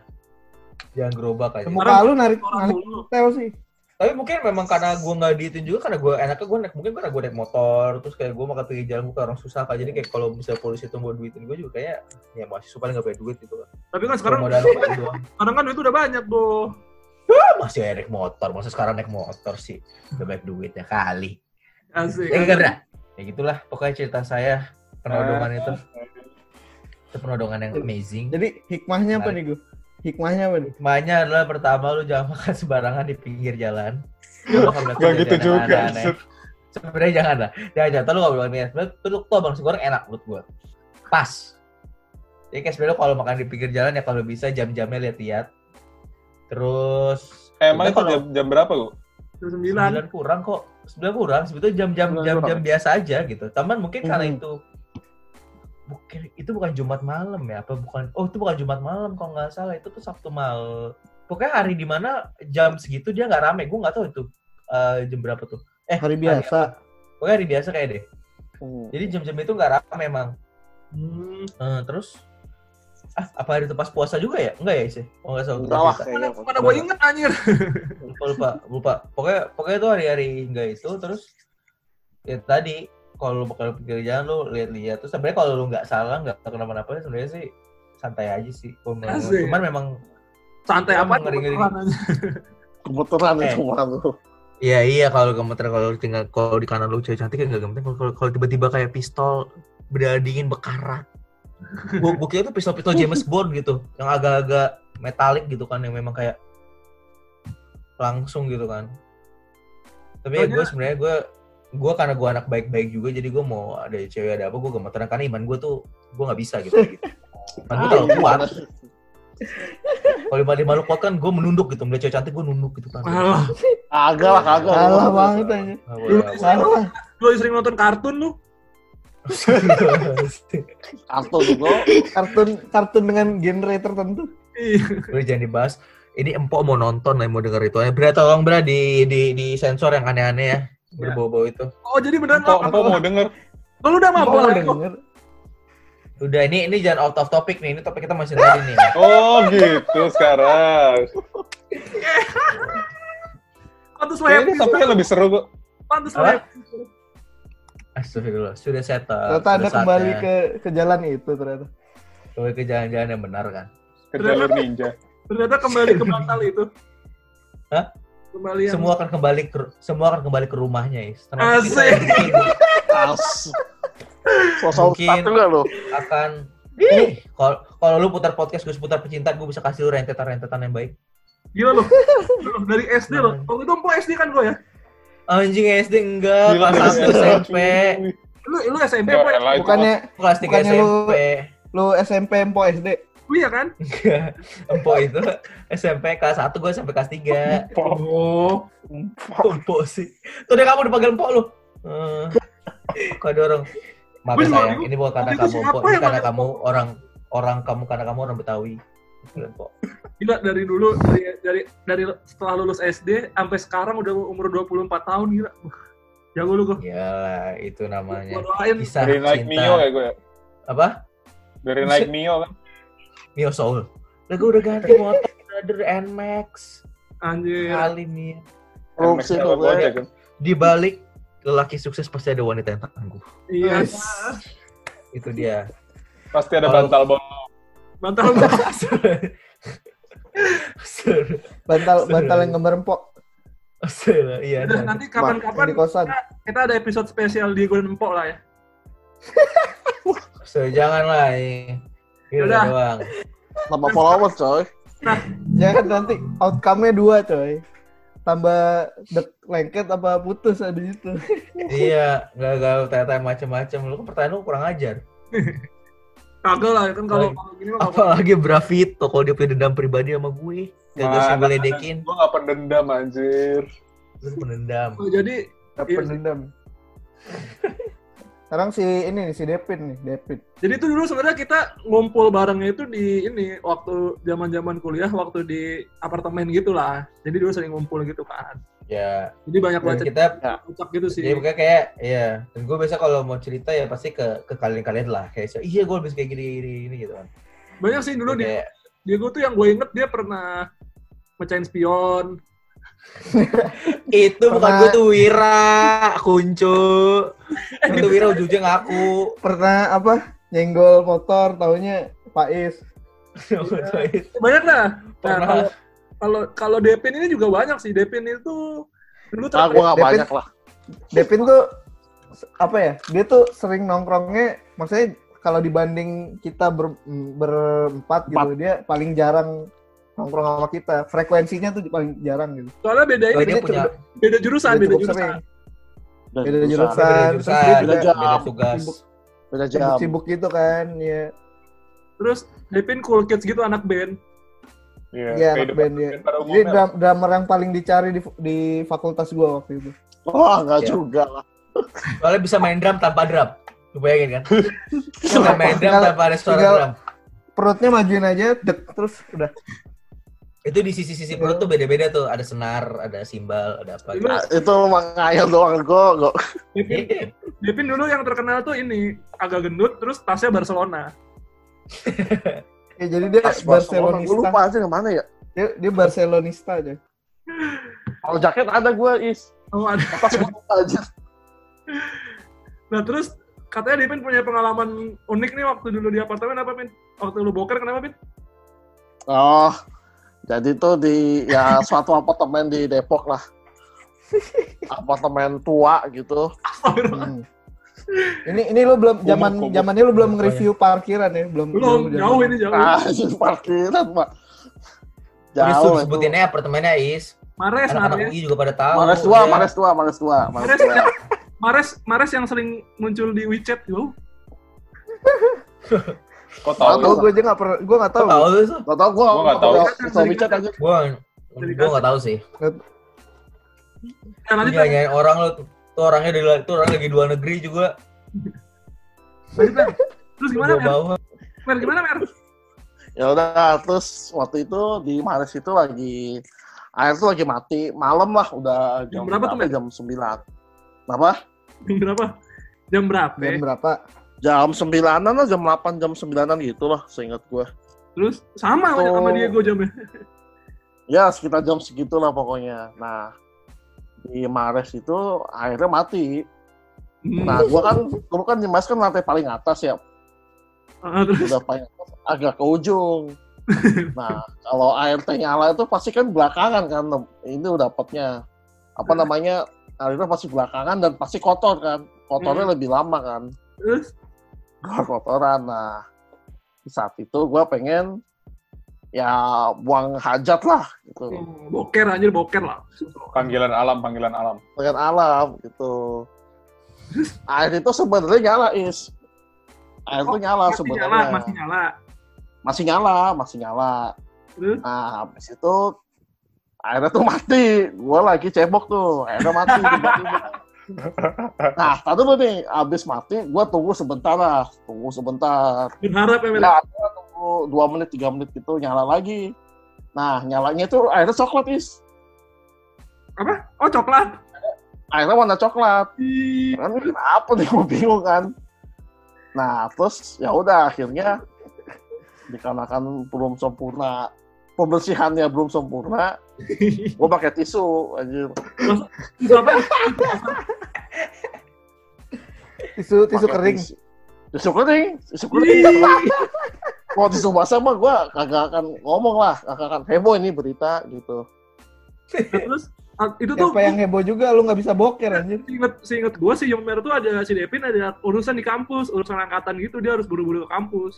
Speaker 4: Jangan gerobak aja.
Speaker 3: Muka lu narik
Speaker 1: orang
Speaker 3: narik
Speaker 1: mulu.
Speaker 3: tel sih.
Speaker 4: Tapi mungkin memang karena gue gak diitin juga karena gue enaknya gue naik mungkin karena gue naik motor terus kayak gue makan pinggir jalan gue kayak orang susah kan. Jadi kayak kalau bisa polisi tunggu duitin gue juga kayak ya masih supaya gak punya duit gitu kan.
Speaker 1: Tapi kan
Speaker 4: Sekarang
Speaker 1: sekarang
Speaker 4: modal apa aja doang.
Speaker 1: sekarang kan itu udah banyak tuh.
Speaker 4: Ah, masih aja naik motor. Masa sekarang naik motor sih. Udah banyak duitnya kali.
Speaker 1: Asik. Ah.
Speaker 4: Ya enggak, Bra? Ya gitulah pokoknya cerita saya penodongan itu. Itu penodongan yang amazing.
Speaker 3: Jadi hikmahnya apa
Speaker 4: Menarik.
Speaker 3: nih gue? Hikmahnya apa nih?
Speaker 4: Hikmahnya adalah pertama lu jangan makan sembarangan di pinggir jalan. Lu nggak boleh
Speaker 5: Gak
Speaker 4: kerja
Speaker 5: gitu
Speaker 4: di
Speaker 5: juga,
Speaker 4: aneh-aneh.
Speaker 5: Sud.
Speaker 4: Sebenarnya jangan lah. Jangan jangan. Tapi lu nggak boleh niat. Sebenarnya tuh lu tuh bang goreng enak menurut gua. Pas. Jadi kayak sebenarnya lu kalau makan di pinggir jalan ya kalau bisa jam-jamnya lihat-lihat. Terus
Speaker 5: Eh, Emang itu
Speaker 4: sebenarnya
Speaker 5: jam, jam berapa lu?
Speaker 1: Jam
Speaker 4: kalau
Speaker 1: sembilan.
Speaker 4: sembilan kurang kok. Sembilan kurang. Sebetulnya jam-jam
Speaker 2: Sembilan kurang.
Speaker 4: jam-jam biasa aja gitu. Taman mungkin karena
Speaker 2: Mhm.
Speaker 4: itu bukan itu bukan Jumat malam ya apa bukan oh itu bukan Jumat malam kalau nggak salah itu tuh Sabtu malam pokoknya hari di mana jam segitu dia nggak rame gue nggak tahu itu eh, jam berapa tuh eh
Speaker 3: Hari biasa.
Speaker 4: apa. pokoknya hari biasa kayak deh
Speaker 2: Hmm.
Speaker 4: jadi jam-jam itu nggak rame emang
Speaker 1: Hmm.
Speaker 4: Eh, terus ah apa hari itu pas puasa juga ya enggak ya sih oh nggak salah gua
Speaker 2: Entahlah,
Speaker 4: lupa.
Speaker 2: kayaknya.
Speaker 1: Mana gua inget anjir.
Speaker 4: lupa lupa lupa pokoknya pokoknya itu hari-hari enggak itu terus ya tadi kalau lu bakal pikir jalan lu lihat-lihat terus sebenarnya kalau lu nggak salah nggak kenapa-napa sebenarnya sih santai aja sih Gua mau-
Speaker 1: Asik.
Speaker 4: cuman memang
Speaker 1: Santai
Speaker 4: Gua
Speaker 1: apa?
Speaker 4: mau ngeri-ngeri.
Speaker 1: Peran aja.
Speaker 2: Kebetulan
Speaker 4: Eh.
Speaker 2: itu malu.
Speaker 4: Iya iya kalau gemeter kalau tinggal kalau di kanan lu cewek cantik enggak gemeter kalau kalau- kalau tiba-tiba kayak pistol beda dingin bekarat. Gua gua kira itu pistol-pistol James Bond gitu yang agak-agak metalik gitu kan yang memang kayak langsung gitu kan. Tapi ya
Speaker 1: Soalnya-
Speaker 4: gue sebenarnya gue gue karena gue anak baik-baik juga jadi gue mau ada cewek ada apa gue gemeteran karena iman gue tuh gue nggak bisa gitu.
Speaker 2: Ah,
Speaker 4: Iman gue
Speaker 2: iya.
Speaker 4: terlalu kuat. Kalau iman iman lu kuat kan gue menunduk gitu melihat cewek cantik gue nunduk gitu kan.
Speaker 1: Alah,
Speaker 2: Kagak lah, kagak.
Speaker 3: Salah banget aja.
Speaker 4: Nggak boleh, nggak boleh.
Speaker 3: Salah.
Speaker 1: lu sering nonton kartun lu.
Speaker 2: Kartu juga.
Speaker 3: Kartun kartun dengan genre tertentu.
Speaker 1: Iya.
Speaker 4: Udah jangan dibahas. Ini empok mau nonton lah, mau denger itu. Eh, Bra, tolong Bra di di di sensor yang aneh-aneh ya. Berbau-bau itu.
Speaker 1: Oh, jadi beneran apa?
Speaker 5: Kok kok mau denger?
Speaker 1: Lu udah
Speaker 3: Kok
Speaker 1: mabok
Speaker 3: lu
Speaker 1: lagi?
Speaker 3: denger?
Speaker 4: Udah ini ini jangan out of topic nih. Ini topik kita masih tadi nih.
Speaker 5: Oh gitu sekarang.
Speaker 1: Kok terus lu happy?
Speaker 5: Kayaknya tapi lebih seru kok.
Speaker 1: ya, Pantes
Speaker 4: Apa?
Speaker 1: lah. ya.
Speaker 4: Astagfirullah, sudah settle.
Speaker 3: Ternyata
Speaker 4: Sudah
Speaker 3: Anda
Speaker 4: saatnya
Speaker 3: kembali ke ke jalan itu ternyata.
Speaker 4: kembali ke jalan-jalan yang benar kan.
Speaker 5: Ke jalur ninja.
Speaker 1: Ternyata kembali ke bantal itu.
Speaker 4: Hah?
Speaker 1: Kembali yang...
Speaker 4: Semua akan kembali ke semua akan kembali ke rumahnya, ya. Is. Termasuk kita
Speaker 1: Iya. Asik.
Speaker 4: mungkin
Speaker 2: Tas. Sosok
Speaker 4: Mungkin-
Speaker 2: satu nggak lo?
Speaker 4: akan Eh, kalau kalau lu putar podcast gue putar pecinta gue bisa kasih lu rentetan-rentetan yang baik.
Speaker 1: Gila loh. Loh, Dari SD loh.
Speaker 4: Nah.
Speaker 1: Waktu itu empo SD kan gue ya.
Speaker 4: Anjing SD enggak,
Speaker 5: Gila, ya.
Speaker 4: kelas
Speaker 5: gila.
Speaker 4: 1 SMP,
Speaker 1: Lu, lu SMP
Speaker 5: Ya,
Speaker 1: empo ya?
Speaker 5: elah, itu
Speaker 3: Bukannya
Speaker 4: kelas 3
Speaker 3: Bukannya lu-
Speaker 4: SMP.
Speaker 3: lu SMP empo SD.
Speaker 1: Iya kan?
Speaker 4: Empo itu SMP kelas 1 gue sampai kelas 3.
Speaker 5: Pok.
Speaker 1: Oh.
Speaker 4: Empo sih. Tuh deh kamu dipanggil empok lu. Eh, Kau dorong. Maaf
Speaker 1: Gua juga
Speaker 4: sayang,
Speaker 1: bingung.
Speaker 4: ini bukan karena
Speaker 1: Waktu itu
Speaker 4: kamu
Speaker 1: siapa
Speaker 4: empok, ini
Speaker 1: yang
Speaker 4: karena
Speaker 1: manggil
Speaker 4: kamu orang orang kamu karena kamu orang Betawi. Panggil empok.
Speaker 1: Gila dari dulu dari dari dari setelah lulus SD sampai sekarang udah umur 24 tahun gila. Wah, Jago lu gue.
Speaker 4: Iyalah, itu namanya
Speaker 1: Gua doain.
Speaker 4: kisah
Speaker 5: Dari naik
Speaker 4: Ah,
Speaker 5: Mio
Speaker 4: cinta.
Speaker 5: ya gue. ya?
Speaker 4: Apa?
Speaker 5: Dari naik Mio kan.
Speaker 4: Mio Soul. Lah gue udah ganti motor Brother Nmax.
Speaker 1: Anjir.
Speaker 4: Kali Mio.
Speaker 2: Lu
Speaker 5: Max
Speaker 2: sih ya. lo
Speaker 5: Jawa
Speaker 2: gue.
Speaker 5: Gojek kan.
Speaker 4: Di balik lelaki sukses pasti ada wanita yang tangguh.
Speaker 1: Iya.
Speaker 3: Yes.
Speaker 4: Itu dia.
Speaker 5: Pasti ada
Speaker 4: Kalau-
Speaker 5: bantal bom.
Speaker 1: Bantal bantal.
Speaker 4: Seru.
Speaker 3: Bantal
Speaker 4: Seru.
Speaker 3: bantal yang gambar empok
Speaker 4: Seru. Iya.
Speaker 1: Udah,
Speaker 4: ada.
Speaker 1: nanti kapan-kapan
Speaker 3: yang di kosan.
Speaker 1: kita ada episode spesial di Golden Empok lah ya.
Speaker 4: So, janganlah ini. Gitu
Speaker 1: Udah.
Speaker 4: doang.
Speaker 2: Nama followers coy.
Speaker 3: Jangan Ya kan nanti outcome-nya dua, coy. Tambah dek lengket apa putus abis itu.
Speaker 4: Iya, gagal tanya macam-macam. Lu kan pertanyaan lu kurang ajar.
Speaker 1: Kagak lah kan kalau
Speaker 4: Baik.
Speaker 1: kalau gini mah nggak apa-apa.
Speaker 4: Apalagi Bravito kalau dia punya dendam pribadi sama gue. Gagal
Speaker 5: Mana
Speaker 4: sih
Speaker 5: ada-
Speaker 4: ngeledekin,
Speaker 5: Gue gak pendendam anjir.
Speaker 4: lu penendam.
Speaker 1: Oh, Jadi
Speaker 3: Dapat
Speaker 1: Iya sih.
Speaker 3: dendam. Sekarang si ini nih, si Depin nih, Depin.
Speaker 1: Jadi itu dulu sebenarnya kita ngumpul barengnya itu di ini waktu zaman-zaman kuliah waktu di apartemen gitulah. Jadi dulu sering ngumpul gitu kan.
Speaker 4: Ya,
Speaker 1: Jadi banyak
Speaker 4: dan
Speaker 1: baca
Speaker 4: kita
Speaker 1: ucap gitu sih.
Speaker 4: jadi pokoknya kayak ya, dan gue biasa kalau mau cerita ya pasti ke ke kalian-kalian lah. Kayak so, iya gue habis kayak gini gini ini gitu kan.
Speaker 1: Banyak sih dulu dia,
Speaker 4: Kayak,
Speaker 1: dia gue tuh yang gue inget dia pernah mecahin spion.
Speaker 4: itu bukan
Speaker 3: Pernah-
Speaker 4: gue tuh Wira, Kuncu. itu Wira ujungnya ngaku.
Speaker 3: Pernah apa? Nyenggol motor, taunya Pais.
Speaker 1: Oh, Banyak lah. Nah,
Speaker 4: Pernah.
Speaker 1: kalau- kalau kalau Depin ini juga banyak sih. Depin itu dulu
Speaker 2: Ah gue gak
Speaker 3: Depin.
Speaker 2: banyak lah.
Speaker 3: Depin tuh s- apa ya? Dia tuh sering nongkrongnya, maksudnya kalau dibanding kita ber- m- berempat gitu, dia paling jarang nongkrong sama kita. Frekuensinya tuh paling jarang gitu.
Speaker 1: soalnya bedanya
Speaker 4: Kalau dia
Speaker 3: Ini
Speaker 4: punya
Speaker 1: beda jurusan,
Speaker 3: Dia
Speaker 1: beda
Speaker 3: cukup
Speaker 1: jurusan.
Speaker 3: sering. Beda jurusan.
Speaker 4: beda
Speaker 3: Terus dia
Speaker 4: jurusan,
Speaker 3: juga
Speaker 2: jam.
Speaker 4: beda tugas.
Speaker 3: Sibuk.
Speaker 2: Beda jam.
Speaker 3: sibuk-sibuk gitu kan, ya.
Speaker 1: Terus Depin cool kids gitu anak band.
Speaker 3: Iya,
Speaker 5: Iya,
Speaker 3: anak
Speaker 5: kehidupan
Speaker 3: band dia.
Speaker 5: band pada
Speaker 3: Jadi
Speaker 5: umumnya.
Speaker 3: drum- drummer yang paling dicari di, di fakultas gua waktu itu.
Speaker 2: Wah nggak
Speaker 4: Iya.
Speaker 2: juga lah.
Speaker 4: Soalnya bisa main drum tanpa drum. Lu bayangin kan? Bisa main drum
Speaker 3: Tinggal-
Speaker 4: tanpa ada suara
Speaker 3: tinggal-
Speaker 4: drum.
Speaker 3: Perutnya majuin aja, dek, terus udah.
Speaker 4: Itu di sisi-sisi perut tuh beda-beda tuh. Ada senar, ada simbal, ada apa gitu.
Speaker 1: Lu-
Speaker 2: Nah, itu emang ngayal doang gue. Gue
Speaker 1: Depin,
Speaker 4: Iya.
Speaker 1: Depin dulu yang terkenal tuh ini agak gendut terus tasnya Barcelona.
Speaker 3: Ya, jadi dia
Speaker 2: Gue
Speaker 3: Barcelonista.
Speaker 2: lupa sih kemana ya.
Speaker 3: Dia, dia Barcelonista aja.
Speaker 2: Kalau jaket ada gue is.
Speaker 1: Oh, ada.
Speaker 2: Apa gue lupa aja.
Speaker 1: Nah terus katanya Dipin punya pengalaman unik nih waktu dulu di apartemen apa Pin? Waktu lu boker kenapa Pin?
Speaker 2: Oh, jadi tuh di ya suatu apartemen di Depok lah. Apartemen tua gitu.
Speaker 3: Hmm. Ini ini lu belum zaman
Speaker 5: Kubu, kubu.
Speaker 3: zamannya lu belum nge-review parkiran ya, belum
Speaker 1: Belum
Speaker 3: zaman-
Speaker 1: jauh ini jauh.
Speaker 2: Ah, jadi parkiran, Pak.
Speaker 4: Terus tuh
Speaker 2: Jauh. itu.
Speaker 4: sebutin aja apartemennya Is.
Speaker 1: Mares
Speaker 4: Anak-anak
Speaker 1: Mares.
Speaker 4: UI juga pada tahu.
Speaker 2: Mares tua,
Speaker 4: Iya.
Speaker 2: Mares tua, Mares tua, Mares
Speaker 1: Mares
Speaker 2: tua.
Speaker 1: yang, Mares Mares yang sering muncul di WeChat yo.
Speaker 5: Kok tau
Speaker 2: Tahu.
Speaker 5: lu?
Speaker 3: Tahu gue Oh, aja nggak pernah, gue nggak tahu.
Speaker 4: Lu tahu tuh.
Speaker 2: Gak tau gue,
Speaker 5: Gua nggak tahu.
Speaker 2: Sorry chat aja.
Speaker 4: Gue gue nggak tahu sih.
Speaker 1: Nah,
Speaker 4: Lu
Speaker 1: lanjut Pin.
Speaker 4: nyanyain orang lu tuh Tuh orangnya dari tuh orang lagi dua negeri juga.
Speaker 1: Lanjut, Pin. Terus
Speaker 4: Lu
Speaker 1: gimana
Speaker 4: bawa
Speaker 1: Mer?
Speaker 4: bawa.
Speaker 1: Mer gimana Mer?
Speaker 2: Ya udah, terus waktu itu di Mares itu lagi air tuh lagi mati, malam lah udah jam
Speaker 1: Jam berapa tuh,
Speaker 2: berapa? Jam 9. Kenapa?
Speaker 1: Jam berapa? Jam berapa?
Speaker 3: Jam berapa?
Speaker 2: Jam 9-an lah, jam 8, jam 9-an gitu lah, seingat gue.
Speaker 1: Terus sama sama
Speaker 2: Oh.
Speaker 1: dia gue jamnya.
Speaker 2: Ya sekitar jam segitulah pokoknya. Nah, di Mares itu akhirnya mati.
Speaker 1: Hmm.
Speaker 2: Nah, gua kan dulu kan di Mares kan lantai paling atas ya,
Speaker 1: Ah, terus
Speaker 2: udah paling atas, agak ke ujung. Nah, kalau ART nyala itu pasti kan belakangan kan ini dapatnya apa namanya akhirnya pasti belakangan dan pasti kotor kan kotornya lebih lama kan
Speaker 1: terus
Speaker 2: gua kotoran nah di saat itu gua pengen ya buang hajat lah gitu
Speaker 1: oh, boker anjir boker lah.
Speaker 5: Panggilan alam, panggilan alam.
Speaker 2: pengen alam gitu air itu sebenarnya nyala is air itu
Speaker 1: Oh,
Speaker 2: nyala
Speaker 1: Masih nyala,
Speaker 2: sebenarnya
Speaker 1: masih nyala.
Speaker 2: masih nyala masih nyala
Speaker 1: Terus?
Speaker 2: nah habis itu airnya tuh mati gua lagi cebok tuh airnya mati tiba-tiba nah tadi dulu nih abis mati gua tunggu sebentar lah tunggu sebentar
Speaker 1: Berharap ya, Mel.
Speaker 2: Nah, akhirnya tunggu dua menit, tiga menit gitu nyala lagi. Nah, nyalanya itu airnya coklat, Is.
Speaker 1: Apa? Oh, coklat.
Speaker 2: Airnya warna coklat.
Speaker 1: Ih,
Speaker 2: Kan kenapa nih gue bingung kan. Nah, terus ya udah akhirnya dikarenakan belum sempurna pembersihannya belum sempurna, gue pakai tisu anjir.
Speaker 1: Itu apa?
Speaker 3: tisu tisu
Speaker 2: Pakai
Speaker 3: kering
Speaker 2: tisu. Tisu kering, tisu kering.
Speaker 1: Ih,
Speaker 2: Kalau tisu basah mah gue kagak akan ngomong lah, kagak akan heboh ini berita gitu.
Speaker 1: Terus ah, itu tuh
Speaker 3: siapa yang heboh juga lu nggak bisa boker anjir
Speaker 1: Seinget, seinget gue sih Yomer tuh ada si Devin ada urusan di kampus, urusan angkatan gitu dia harus buru-buru ke kampus.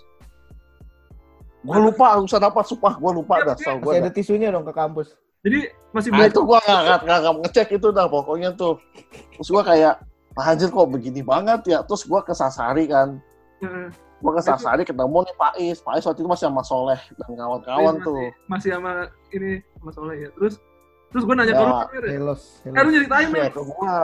Speaker 2: Gue lupa urusan apa, sumpah gue lupa dah, tau gue.
Speaker 3: masih ada tisunya dong ke kampus
Speaker 1: Jadi masih
Speaker 2: Ah, itu
Speaker 1: belajar.
Speaker 2: gua gak, gak, gak, gak ngecek itu dah pokoknya tuh. Terus gua kayak, ah, anjir kok begini banget ya. Terus gua ke Sasari kan.
Speaker 1: Heeh.
Speaker 2: Gua ke Sasari ketemu nih Pak Is. Pak Is waktu itu masih sama Soleh dan kawan-kawan
Speaker 1: Iya,
Speaker 2: tuh.
Speaker 1: masih sama ini sama Soleh ya. Terus terus gue nanya ke
Speaker 2: Ya.
Speaker 1: lu, Mer, ya.
Speaker 3: helos
Speaker 1: eh lu
Speaker 3: helos
Speaker 1: nyeritain
Speaker 2: Nanya
Speaker 1: Mer.
Speaker 2: ke gua.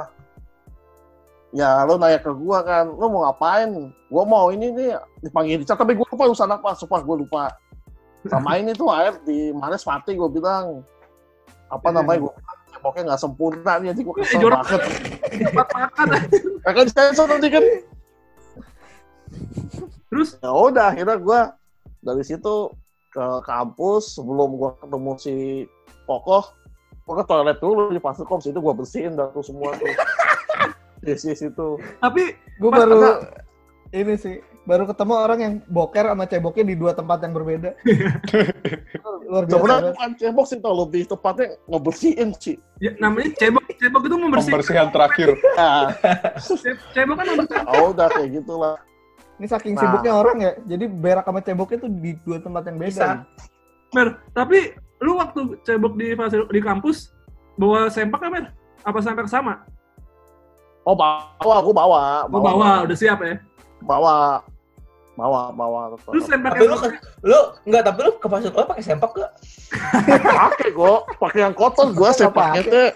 Speaker 2: Ya lu nanya ke gua kan, lu mau ngapain? Gua mau ini nih dipanggil Richard, tapi gua lupa urusan apa, sumpah gua lupa. Sama ini tuh air di Mares mati gua bilang. Apa
Speaker 1: Iya.
Speaker 2: namanya gua bilang, ceboknya gak sempurna nih, jadi gua
Speaker 1: Eh,
Speaker 2: kesel
Speaker 1: jorok.
Speaker 2: banget.
Speaker 1: Tempat makan.
Speaker 2: Ya kan sensor nanti kan.
Speaker 1: Terus
Speaker 2: ya udah akhirnya gue dari situ ke kampus sebelum gue ketemu si kokoh gue ke toilet dulu di Fasilkom situ gue bersihin dan tuh semua tuh di situ
Speaker 1: tapi
Speaker 3: gue
Speaker 1: Mas,
Speaker 3: baru ini sih baru ketemu orang yang boker sama ceboknya di dua tempat yang berbeda luar biasa
Speaker 2: sebenarnya
Speaker 3: banget.
Speaker 2: bukan cebok sih tau lebih tepatnya ngebersihin sih
Speaker 1: ya, namanya cebok cebok itu membersihkan.
Speaker 5: Pembersihan terakhir.
Speaker 2: nah,
Speaker 1: Ce- Cebok kan membersihkan.
Speaker 2: ya udah kayak gitulah
Speaker 3: ini saking
Speaker 2: Nah.
Speaker 3: sibuknya orang ya jadi berak sama ceboknya tuh di dua tempat yang beda
Speaker 4: Bisa.
Speaker 1: Mer, tapi lu waktu cebok di fasil- di kampus bawa sempak nggak, Mer? Apa sempak sama?
Speaker 2: oh bawa aku bawa
Speaker 1: Lu bawa, udah siap ya.
Speaker 2: bawa bawa bawa
Speaker 1: Terus sempak
Speaker 4: Tapi lu ke- lu enggak tapi lu ke pasir lu pakai sempak gak?
Speaker 2: pakai gue pakai yang kotor gue sepaknya tuh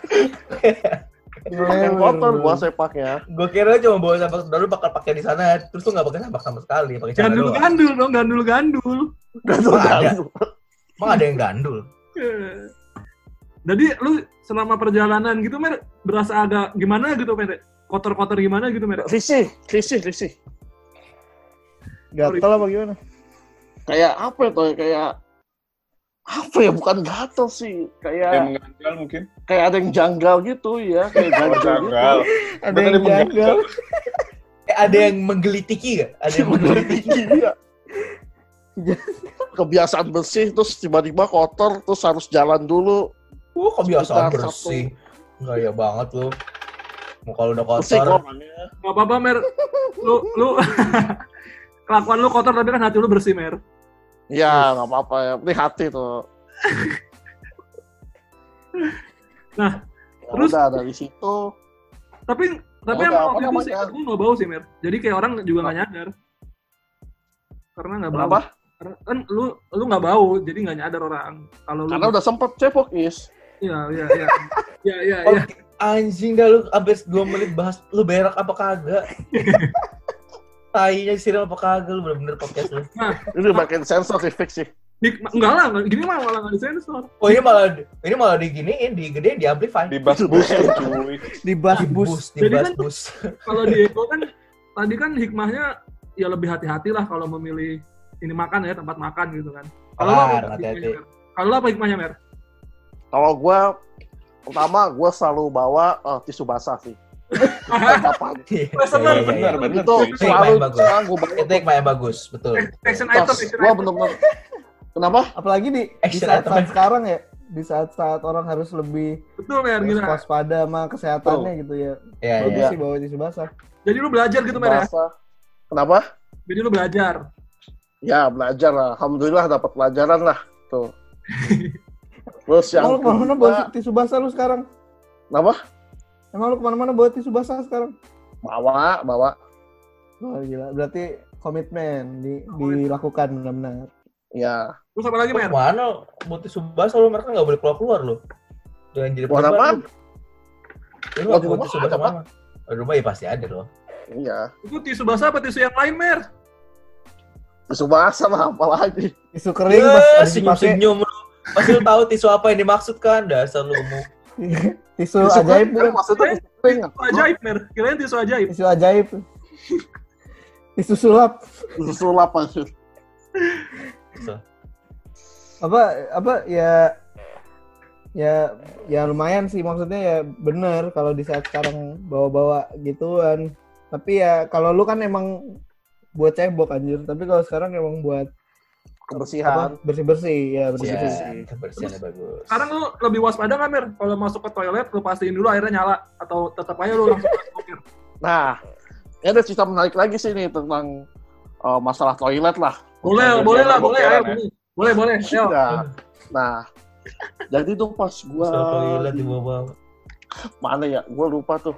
Speaker 2: pakai yang kotor gue sepaknya
Speaker 4: Gue kira lu cuma bawa sempak dulu bakal pakai di sana, terus lu enggak pakai sempak sama sekali, pakai celana
Speaker 1: gandul
Speaker 4: doang.
Speaker 1: gandul dong, gandul gandul.
Speaker 2: dan tuh
Speaker 4: Ada. Emang ada yang gandul.
Speaker 1: Eh. Jadi lu selama perjalanan gitu Mer berasa agak gimana gitu Mer? Kotor-kotor gimana gitu Mer?
Speaker 2: risih risih risih
Speaker 3: gatel apa gimana
Speaker 2: kayak apa ya Toy? kayak apa ya bukan gatel sih
Speaker 5: Yang
Speaker 2: kayak
Speaker 5: mengganjal mungkin.
Speaker 2: kayak Ya. ada yang janggal gitu ya kayak
Speaker 5: Oh,
Speaker 2: janggal gitu
Speaker 5: janggal.
Speaker 3: ada
Speaker 5: Bener
Speaker 3: yang
Speaker 5: nih,
Speaker 3: gagal
Speaker 4: Eh, ada yang menggelitiki gak? Ada yang menggelitiki.
Speaker 2: Iya. kebiasaan bersih terus tiba-tiba kotor terus harus jalan dulu
Speaker 4: Uh, kebiasaan
Speaker 2: Sekitar
Speaker 4: bersih. Gaya banget lu. Muka lu udah
Speaker 2: bersih
Speaker 4: kotor.
Speaker 2: orangnya
Speaker 1: Gak apa-apa Mer. Lu lu kelakuan lu kotor tapi kan hati lu bersih Mer.
Speaker 2: ya nggak apa-apa ya ini hati tuh
Speaker 1: Nah,
Speaker 2: Ya
Speaker 1: terus-
Speaker 2: udah dari situ
Speaker 1: Tapi tapi
Speaker 2: Ya udah,
Speaker 1: emang
Speaker 2: apa
Speaker 1: waktu itu sih
Speaker 2: namanya?
Speaker 1: lu nggak bau sih Mer. Jadi kayak orang juga nggak nyadar. Karena nggak bau.
Speaker 2: kenapa
Speaker 1: Karena- kan lu lu nggak bau jadi nggak nyadar orang. Kalau lu
Speaker 2: karena udah sempet cepok is
Speaker 1: Iya, iya, iya. Iya, iya,
Speaker 4: Oh,
Speaker 1: iya.
Speaker 4: Anjing dah lu abis 2 menit bahas lu berak apa kagak. Tainya siram apa kagak lu bener-bener podcast lu.
Speaker 2: ini makin sensor sih fix sih
Speaker 1: Dik, ma- Enggak lah, nggak- gini mah malah nggak disensor.
Speaker 4: Oh ini malah ini malah diginiin, digedein, di amplify.
Speaker 5: Di bus bus tuh, cuy.
Speaker 3: di bus bus
Speaker 4: di
Speaker 1: Jadi
Speaker 4: bus
Speaker 1: kan-
Speaker 4: bus.
Speaker 1: kalau Diego kan tadi kan hikmahnya ya lebih hati-hatilah kalau memilih ini makan ya tempat makan gitu kan. Kalau lo
Speaker 4: Kelar,
Speaker 1: apa
Speaker 4: hati-hati.
Speaker 1: hikmahnya, Mer? Kalau lo apa hikmahnya Mer?
Speaker 2: kalau gua pertama gue selalu bawa eh, tisu basah sih. Kapan?
Speaker 1: Bener,
Speaker 4: Iya, iya,
Speaker 5: bener,
Speaker 4: iya.
Speaker 5: bener.
Speaker 2: itu
Speaker 5: cuy.
Speaker 2: selalu
Speaker 4: Baik, bagus.
Speaker 2: sekarang gue bawa
Speaker 4: Itu yang paling bagus, betul.
Speaker 1: Action item,
Speaker 2: tas.
Speaker 1: action
Speaker 2: Gue
Speaker 1: item.
Speaker 2: bener-bener. Kenapa?
Speaker 3: Apalagi di, di
Speaker 4: Extra
Speaker 3: saat, saat
Speaker 4: time.
Speaker 3: sekarang ya, di saat-saat orang harus lebih
Speaker 1: Betul, Mer,
Speaker 3: harus
Speaker 1: gila.
Speaker 3: waspada sama kesehatannya gitu ya.
Speaker 4: Iya,
Speaker 3: Bagus
Speaker 4: iya.
Speaker 3: sih bawa tisu basah.
Speaker 1: Jadi lu belajar gitu, Mer, ya?
Speaker 2: Basah. Kenapa?
Speaker 1: Jadi lu belajar.
Speaker 2: Ya belajar lah. Alhamdulillah dapat pelajaran lah. Tuh. Terus yang
Speaker 3: Emang lu kemana-mana
Speaker 2: kedua-
Speaker 3: bawa tisu basah lu sekarang?
Speaker 2: Kenapa?
Speaker 3: Emang lu kemana-mana bawa tisu basah sekarang?
Speaker 2: Bawa, bawa.
Speaker 3: Wah gila, berarti komitmen di,
Speaker 1: Komitmen.
Speaker 3: dilakukan benar-benar.
Speaker 2: Ya.
Speaker 1: Terus apa lagi, Mer?
Speaker 4: Mana Muti Subasa lu mereka nggak boleh keluar-keluar lu. Dengan jadi
Speaker 2: Buat
Speaker 4: pejabat,
Speaker 2: apa?
Speaker 4: lu. Lu
Speaker 2: Buat
Speaker 4: nggak
Speaker 2: di
Speaker 4: mau
Speaker 2: rumah
Speaker 4: Muti Subasa
Speaker 2: ada, Pak.
Speaker 4: mana? Di rumah ya pasti ada loh.
Speaker 2: Iya.
Speaker 1: Itu tisu basah apa tisu yang lain, Mer?
Speaker 2: Tisu basah lah apalagi.
Speaker 3: Tisu kering
Speaker 4: Ya,
Speaker 3: pas habis dipakai.
Speaker 4: senyum-senyum lu. Pasti lu tahu tisu apa yang dimaksudkan, dasar lu mau.
Speaker 3: tisu
Speaker 2: Tisu
Speaker 3: ajaib
Speaker 2: kering,
Speaker 3: bukan?
Speaker 2: maksudnya tisu kering.
Speaker 1: Tisu ajaib, Mer. Kirain tisu ajaib.
Speaker 3: Tisu ajaib. tisu sulap.
Speaker 2: Tisu sulap aja.
Speaker 3: Apa apa ya ya ya lumayan sih maksudnya ya bener kalau di saat sekarang bawa-bawa gituan. Tapi ya kalau lu kan emang buat cebok anjir, tapi kalau sekarang emang buat
Speaker 2: Kebersihan.
Speaker 3: apa, bersih-bersih ya
Speaker 4: Ya,
Speaker 3: bersih-bersih.
Speaker 4: kebersihannya bagus.
Speaker 1: Sekarang lu lebih waspada nggak, Mer? Kalau masuk ke toilet, lu pastiin dulu airnya nyala. Atau tetap aja lu langsung masuk, Mer.
Speaker 2: Nah, ini ada cerita menarik lagi sih nih tentang eh, masalah toilet lah.
Speaker 1: Boleh,
Speaker 5: Jangan
Speaker 1: boleh lah,
Speaker 5: bocoran
Speaker 1: boleh. Ayo,
Speaker 5: ya.
Speaker 1: boleh. Boleh, boleh. Ayo.
Speaker 2: Nah, nah, jadi tuh pas gua
Speaker 4: Soal toilet di bawah.
Speaker 2: mana ya, gua lupa tuh.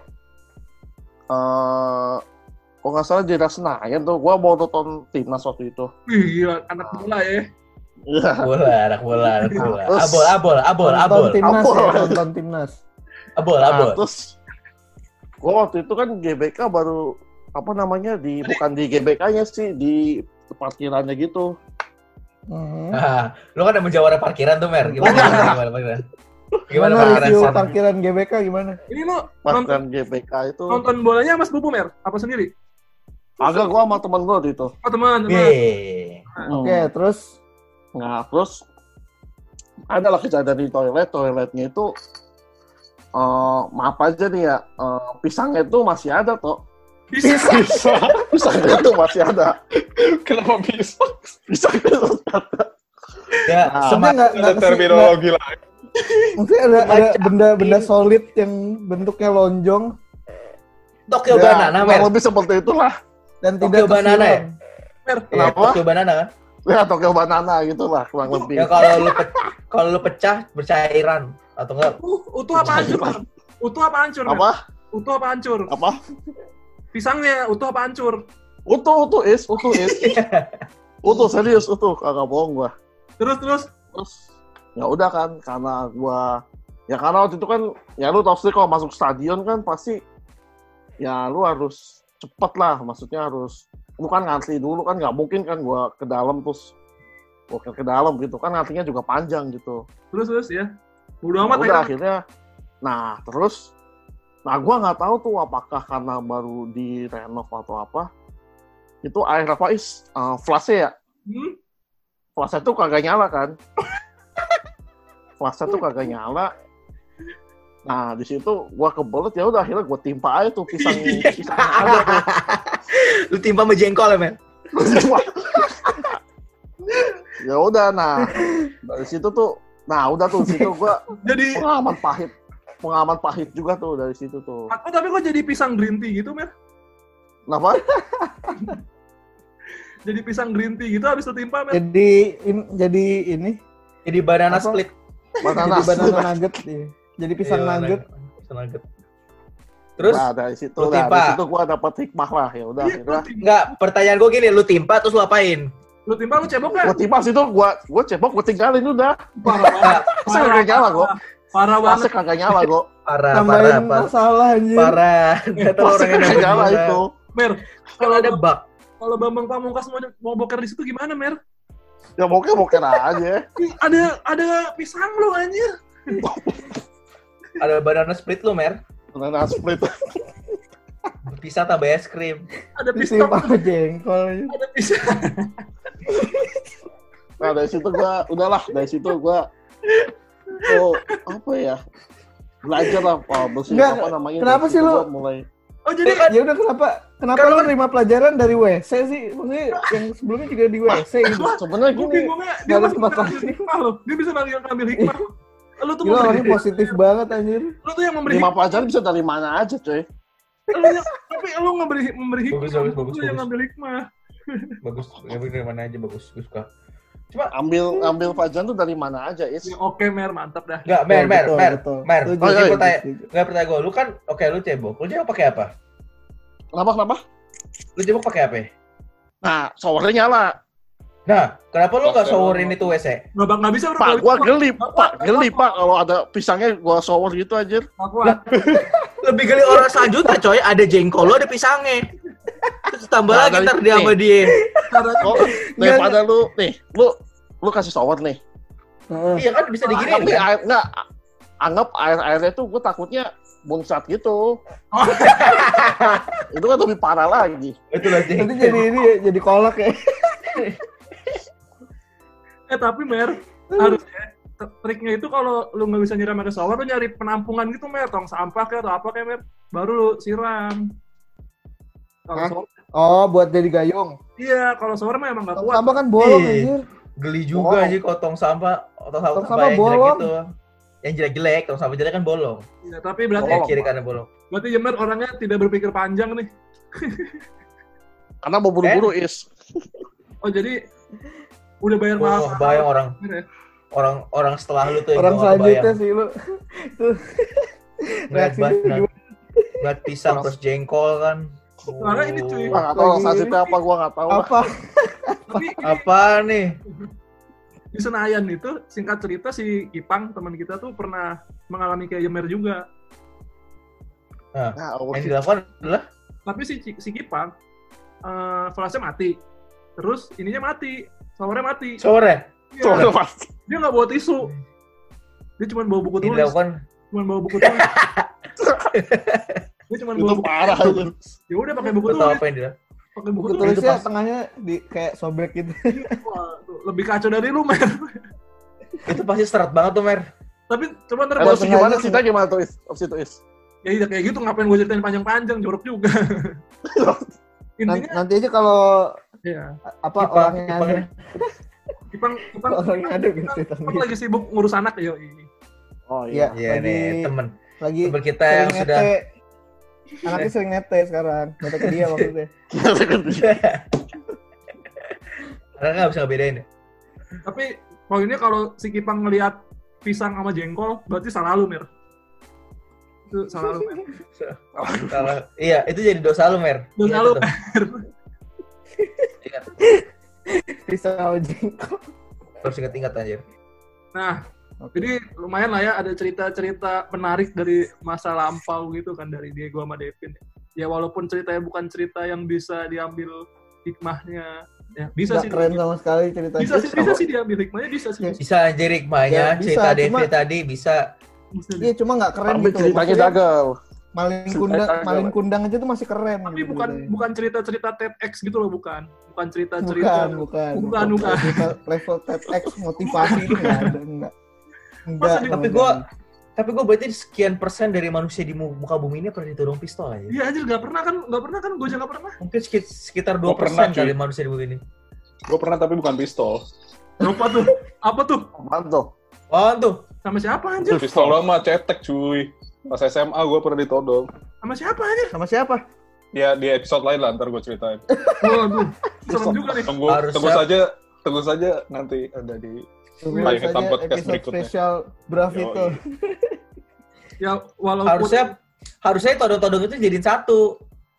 Speaker 2: Eh, kok nggak salah di daerah Senayan tuh, gua mau nonton timnas waktu itu.
Speaker 1: Wih, gila. Anak bola ya.
Speaker 2: Iya.
Speaker 4: Bola, anak bola, anak bola.
Speaker 2: Terus-
Speaker 4: Abol, abol, abol,
Speaker 3: Nonton
Speaker 4: abol.
Speaker 3: timnas
Speaker 2: Abol.
Speaker 3: ya, nonton timnas.
Speaker 4: Abol, abol.
Speaker 2: Nah, terus gua waktu itu kan GBK baru apa namanya di bukan di GBK-nya sih di parkirannya gitu.
Speaker 3: Mhm.
Speaker 4: Ah, lu kan ada menjawara parkiran tuh, Mer. Gimana? Gimana? Gimana? Gimana?
Speaker 3: Gimana
Speaker 4: parkiran?
Speaker 3: review
Speaker 4: San?
Speaker 3: parkiran GBK gimana?
Speaker 1: Ini lu nonton,
Speaker 2: Parkiran GBK itu
Speaker 1: nonton bolanya mas Bubu, Mer? Apa sendiri?
Speaker 2: agak gua sama temen gua waktu itu.
Speaker 1: Oh, teman. teman.
Speaker 4: Iya. Yeay.
Speaker 3: Oke, terus
Speaker 2: Nah, terus adalah kejadian di toilet, toiletnya itu eh maaf aja nih ya, eh, pisangnya itu masih ada toh.
Speaker 1: Bisa.
Speaker 5: Bisa.
Speaker 2: Pisangnya itu masih ada.
Speaker 5: Kenapa bisa?
Speaker 2: Pisangnya itu masih ada.
Speaker 4: Ya,
Speaker 2: Nah,
Speaker 3: maksudnya
Speaker 4: semangat.
Speaker 3: nggak
Speaker 5: Ada
Speaker 3: nggak kesini- nggak-
Speaker 5: terminologi lah.
Speaker 3: maksudnya ada ada benda-benda solid yang bentuknya lonjong
Speaker 4: Tokyo
Speaker 2: Ya,
Speaker 4: Banana, nah, Mer.
Speaker 2: kurang lebih seperti itulah.
Speaker 3: dan
Speaker 4: Tokyo
Speaker 3: tidak
Speaker 4: banana
Speaker 3: kesiram.
Speaker 4: ya?
Speaker 1: Mer.
Speaker 4: Iya,
Speaker 2: Kenapa?
Speaker 4: Tokyo Banana kan?
Speaker 2: Ya, Tokyo Banana gitu lah, kurang lebih.
Speaker 4: Ya kalau lu pe- kalau lu pecah bercairan atau enggak
Speaker 1: Uh, utuh apa hancur, Mer? Utuh apa hancur, Mer?
Speaker 2: Apa?
Speaker 1: Utuh apa hancur?
Speaker 2: Apa?
Speaker 1: Pisangnya utuh apa hancur?
Speaker 2: Utuh, utuh is, utuh is. utuh, serius, utuh. Kagak bohong gua.
Speaker 1: Terus, terus.
Speaker 2: Terus, ya udah kan, karena gua... Ya karena waktu itu kan, ya lu tau sih kalau masuk stadion kan pasti... Ya lu harus cepet lah, maksudnya harus... Lu kan ngantri dulu kan, nggak mungkin kan gua ke dalam terus... Gua ke ke dalam gitu, kan ngantrinya juga panjang gitu.
Speaker 1: Terus, terus ya. Bodo amat akhirnya.
Speaker 2: udah akhirnya nah terus nah gua nggak tahu tuh apakah karena baru direnov atau apa itu air apa is uh, flash-nya ya
Speaker 1: Hmm?
Speaker 2: flash itu kagak nyala kan flash itu kagak nyala nah di situ gua kebelet ya udah akhirnya gua timpa aja tuh pisang pisang yang ada tuh
Speaker 4: lu timpa sama jengkol ya, Mer?
Speaker 2: ya udah nah dari situ tuh nah udah tuh di situ gua
Speaker 1: Jadi,
Speaker 2: pengalaman pahit pengalaman pahit juga tuh dari situ tuh
Speaker 1: aku tapi kok jadi pisang green tea gitu, Mer?
Speaker 2: kenapa
Speaker 1: Jadi pisang green tea gitu habis tertimpa, Mer?
Speaker 3: Jadi in- jadi ini
Speaker 4: Jadi banana
Speaker 3: Apa?
Speaker 4: split.
Speaker 2: Banana.
Speaker 3: jadi banana nugget iya. Jadi pisang
Speaker 4: Iya,
Speaker 3: nugget.
Speaker 4: Pisang nugget. Terus
Speaker 2: nah, dari situ
Speaker 4: lu
Speaker 2: lah,
Speaker 4: timpa.
Speaker 2: dari situ gua dapat hikmah lah ya udah
Speaker 1: Iya, lu
Speaker 2: akhirnya.
Speaker 1: tim-
Speaker 4: enggak pertanyaan gua gini, lu timpa terus lu apain?
Speaker 1: Lu timpa, lu cebok
Speaker 2: Gua
Speaker 1: nggak?
Speaker 2: timpa situ gua gua cebok gua tinggalin udah.
Speaker 1: Parah banget.
Speaker 2: Pasti kagak nyala gua.
Speaker 1: Parah
Speaker 2: Pasti
Speaker 1: banget.
Speaker 2: kagak nyala gua.
Speaker 4: Parah, Nah, parah,
Speaker 3: Tambahin
Speaker 4: parah.
Speaker 3: masalah anjir.
Speaker 4: Parah. Nggak tahu
Speaker 2: Pasti
Speaker 4: orang yang
Speaker 2: kagak nyala
Speaker 4: bener-bener.
Speaker 2: itu.
Speaker 1: Mer,
Speaker 4: Kalau ada bug.
Speaker 1: kalau Bambang Pamungkas mau, mau boker di situ gimana, Mer?
Speaker 2: Ya boker boker aja.
Speaker 1: Ih, Ada ada pisang lu anjir.
Speaker 4: Ada banana split lu, Mer.
Speaker 2: Banana Nah, split.
Speaker 4: Pisah tambah es krim.
Speaker 1: Ada pisang.
Speaker 3: Ditimpa sama jengkol. anjir.
Speaker 1: Ada pisang.
Speaker 2: Nah dari situ gua udahlah dari situ gua oh apa ya belajar lah oh, bersihin
Speaker 3: Nggak,
Speaker 2: apa namanya
Speaker 3: kenapa
Speaker 2: dari
Speaker 3: sih
Speaker 2: situ
Speaker 3: lu?
Speaker 2: gua mulai
Speaker 1: Oh jadi
Speaker 4: kan-
Speaker 3: ya udah kenapa kenapa lu nerima pelajaran dari WC sih maksudnya yang sebelumnya juga di WC gitu
Speaker 2: sebenarnya
Speaker 1: gue
Speaker 2: gini
Speaker 1: bingungnya dia
Speaker 3: Nggak
Speaker 1: masih
Speaker 3: ada
Speaker 1: bisa
Speaker 3: tempat
Speaker 1: ngambil
Speaker 3: lain.
Speaker 1: hikmah loh. Dia bisa ngambil ngambil hikmah loh. Lu tuh
Speaker 3: Gila
Speaker 1: memberi,
Speaker 3: orangnya positif banget anjir
Speaker 1: lu tuh yang memberi
Speaker 2: lima
Speaker 1: hikmah.
Speaker 2: pelajaran bisa dari mana aja coy
Speaker 1: Lu yang- tapi lu memberi memberi hikmah.
Speaker 4: Bagus, bagus, bagus,
Speaker 1: Lu yang
Speaker 4: bagus.
Speaker 1: ngambil hikmah.
Speaker 4: bagus ya bener mana aja bagus gue suka cuma
Speaker 2: ambil ambil pelajaran tuh dari mana aja is
Speaker 1: Ya, Oke mer, mantap dah.
Speaker 4: nggak
Speaker 3: Ya,
Speaker 4: mer mer
Speaker 3: Iya, Betul,
Speaker 4: mer
Speaker 3: betul.
Speaker 4: mer
Speaker 3: Setuju,
Speaker 2: Oh, iya,
Speaker 4: gue
Speaker 2: iya.
Speaker 4: tanya
Speaker 3: setuju.
Speaker 4: nggak pertanyaan gue lu kan oke lu cebok lu cebok pakai apa
Speaker 2: kenapa kenapa
Speaker 4: lu cebok pakai apa ya?
Speaker 2: nah sore nyala
Speaker 4: nah kenapa lu nggak
Speaker 5: Pakai
Speaker 4: showerin
Speaker 5: lu.
Speaker 4: itu wc
Speaker 1: Nggak bang, nggak bisa bro.
Speaker 2: pak
Speaker 1: Nggak
Speaker 2: gua
Speaker 1: bisa.
Speaker 2: geli pak geli pak kalau ada pisangnya gua shower gitu aja
Speaker 1: Nggak kuat.
Speaker 4: lebih geli orang selanjutnya coy ada jengkol lu ada pisangnya terus tambah
Speaker 2: Nah,
Speaker 4: lagi
Speaker 2: dari-
Speaker 4: ntar dia sama dia
Speaker 1: Caranya
Speaker 2: Oh, daripada lu nih, lu lu kasih shower nih.
Speaker 3: Heeh.
Speaker 4: iya kan bisa diginiin
Speaker 2: Tapi
Speaker 4: kan
Speaker 2: air enggak anggap air-airnya tuh gue takutnya muncrat gitu.
Speaker 1: Oh.
Speaker 2: itu kan lebih parah lagi.
Speaker 4: itu lah jeng
Speaker 3: nanti jadi ini ya, jadi kolak ya
Speaker 1: Eh tapi Mer, harusnya t- triknya itu kalau lu nggak bisa nyiram pakai shower, lu nyari penampungan gitu Mer, tong sampah kayak atau apa kayak Mer, baru lu siram. Kalau
Speaker 2: Hah?
Speaker 1: shower,
Speaker 3: oh buat jadi gayung
Speaker 1: iya kalau shower mah emang nggak
Speaker 3: tong
Speaker 1: kuat.
Speaker 3: sampah kan bolong
Speaker 4: Ih.
Speaker 3: anjir
Speaker 4: geli juga
Speaker 3: Bolong.
Speaker 4: aja kalau tong sampah tong sampah,
Speaker 3: Tong sampah
Speaker 4: yang jelek
Speaker 3: bolong.
Speaker 4: gitu yang jelek-jelek tong sampah jelek kan bolong
Speaker 1: Iya, tapi berarti
Speaker 4: yang
Speaker 2: Bolong,
Speaker 4: kiri
Speaker 2: Pak.
Speaker 4: kanan bolong
Speaker 1: berarti ya Mer orangnya tidak berpikir panjang nih.
Speaker 2: Karena mau buru-buru is.
Speaker 1: Oh jadi udah bayar mahal.
Speaker 4: Wah, bayang orang
Speaker 1: Mer ya.
Speaker 4: orang orang setelah lu tuh yang
Speaker 3: orang
Speaker 4: gak
Speaker 3: selanjutnya
Speaker 4: kebayang.
Speaker 3: sih lu tuh
Speaker 4: ngeliat
Speaker 3: reaksi
Speaker 4: ban
Speaker 3: dia
Speaker 4: ngeliat- ngeliat pisang
Speaker 2: Orang-
Speaker 4: terus jengkol kan Oh,
Speaker 1: Soalnya ini, cuy.
Speaker 2: Gua nggak tahu
Speaker 3: Lagi-
Speaker 2: sensitifnya apa gua nggak tahu. lah.
Speaker 3: apa
Speaker 1: Tapi
Speaker 4: apa nih
Speaker 1: di Senayan itu singkat cerita si Ipang teman kita tuh pernah mengalami kayak Jemer juga.
Speaker 2: Nah,
Speaker 4: yang
Speaker 2: oke.
Speaker 4: dilakukan adalah
Speaker 1: Tapi si si Kipang eh flashnya mati. Terus ininya mati, showernya mati.
Speaker 4: sore
Speaker 1: Iya.
Speaker 2: Coba pasti.
Speaker 1: dia nggak bawa tisu dia cuma bawa buku
Speaker 4: yang
Speaker 1: tulis
Speaker 4: dilakukan
Speaker 1: cuma bawa buku tulis dia cuma bawa
Speaker 2: Itu
Speaker 1: buku
Speaker 2: parah aja.
Speaker 1: ya udah pakai buku
Speaker 4: lu tau
Speaker 1: tulis
Speaker 4: apa yang dilakukan
Speaker 1: pakai buku
Speaker 3: Gua
Speaker 1: tulis
Speaker 3: tulisnya tengahnya di kayak sobek gitu
Speaker 1: Wah, tuh, lebih kacau dari lu mer
Speaker 4: itu pasti seret banget tuh mer
Speaker 1: tapi coba ntar
Speaker 2: Ada
Speaker 1: bos
Speaker 2: opsi gimana
Speaker 3: sengaja
Speaker 2: sih? gimana tuh is? Opsi tuh is.
Speaker 1: ya iya, kayak gitu ngapain gue ceritain panjang-panjang jorok juga
Speaker 3: Nan-
Speaker 1: intinya
Speaker 3: nanti aja kalau
Speaker 1: ya
Speaker 3: a- apa
Speaker 4: Ipang-
Speaker 3: orangnya
Speaker 4: Ipang-
Speaker 3: ada
Speaker 1: Ipang Ipang
Speaker 3: orangnya ada gitu ceritanya.
Speaker 1: Ipang lagi sibuk ngurus anak ya yoi.
Speaker 2: Oh
Speaker 3: Iya,
Speaker 2: iya.
Speaker 4: iya
Speaker 3: lagi
Speaker 4: nih temen
Speaker 3: lagi
Speaker 4: temen kita yang
Speaker 3: sering
Speaker 4: sudah
Speaker 3: nete. Anaknya sering nete sekarang. Nete ke dia maksudnya.
Speaker 2: gitu,
Speaker 4: karena nggak bisa ngebedain ya
Speaker 1: tapi poinnya kalau si Kipang ngelihat pisang sama jengkol berarti salah lu mer itu salah lu mer
Speaker 4: Salah. iya itu jadi dosa lu mer Iya,
Speaker 1: Dosa
Speaker 4: Ingat
Speaker 1: lu,
Speaker 4: itu. Ingat.
Speaker 3: Pisau sama jengkol.
Speaker 4: terus ingat-ingat aja
Speaker 1: Nah, jadi lumayan lah ya ada cerita-cerita menarik dari masa lampau gitu kan dari Diego sama Devin. Ya walaupun ceritanya bukan cerita yang bisa diambil hikmahnya. Ya, bisa
Speaker 3: Nggak
Speaker 1: sih.
Speaker 3: keren sama sekali ceritanya. Iya,
Speaker 1: Bisa sih, bisa sih diambil hikmahnya, bisa sih. Bisa,
Speaker 4: bisa anjir hikmahnya
Speaker 3: Ya, bisa,
Speaker 4: cerita
Speaker 3: cuma-
Speaker 4: Devi tadi bisa
Speaker 1: bisa.
Speaker 3: Iya, cuma nggak keren
Speaker 2: Tapi
Speaker 3: gitu.
Speaker 2: ceritanya
Speaker 3: Maksudnya
Speaker 2: gagal.
Speaker 3: maling kundang,
Speaker 2: Ceritanya
Speaker 3: maling
Speaker 2: gagal.
Speaker 3: kundang aja tuh masih keren.
Speaker 1: Tapi
Speaker 3: gitu
Speaker 1: bukan
Speaker 3: ceritanya.
Speaker 1: bukan cerita-cerita TEDx gitu loh, bukan. Bukan
Speaker 3: bukan,
Speaker 1: cerita-cerita.
Speaker 3: bukan,
Speaker 1: Bukan, bukan.
Speaker 3: Cerita level TEDx motivasi itu nggak ada, enggak.
Speaker 1: Masa
Speaker 3: Enggak,
Speaker 1: di-
Speaker 4: tapi gua tapi gue berarti sekian persen dari manusia di mu- muka bumi ini pernah ditodong pistol aja
Speaker 1: Iya anjir nggak pernah kan, nggak pernah kan gue nggak pernah.
Speaker 4: mungkin sekit- sekitar dua
Speaker 5: Gua
Speaker 4: persen
Speaker 5: pernah, cuy.
Speaker 4: dari manusia di bumi ini
Speaker 5: Gue pernah tapi bukan pistol.
Speaker 1: Apa tuh? Apa tuh?
Speaker 2: Apaan tuh?
Speaker 4: oh tuh
Speaker 1: Sama siapa anjir?
Speaker 5: Pistol lo mah cetek cuy. Pas SMA gue pernah ditodong.
Speaker 1: eh, Sama siapa anjir?
Speaker 3: sama siapa?
Speaker 5: Ya di episode lain lah ntar gue ceritain.
Speaker 1: Waduh, serem juga nih.
Speaker 5: Tunggu,
Speaker 4: Harusnya-
Speaker 5: tunggu saja, tunggu saja nanti ada di.
Speaker 3: Tunggu
Speaker 5: Paling
Speaker 3: saja
Speaker 5: hitam podcast
Speaker 3: episode
Speaker 5: berikutnya.
Speaker 3: spesial Bravito.
Speaker 5: Yoi.
Speaker 1: Ya walaupun
Speaker 4: harusnya harusnya todong-todong itu jadiin satu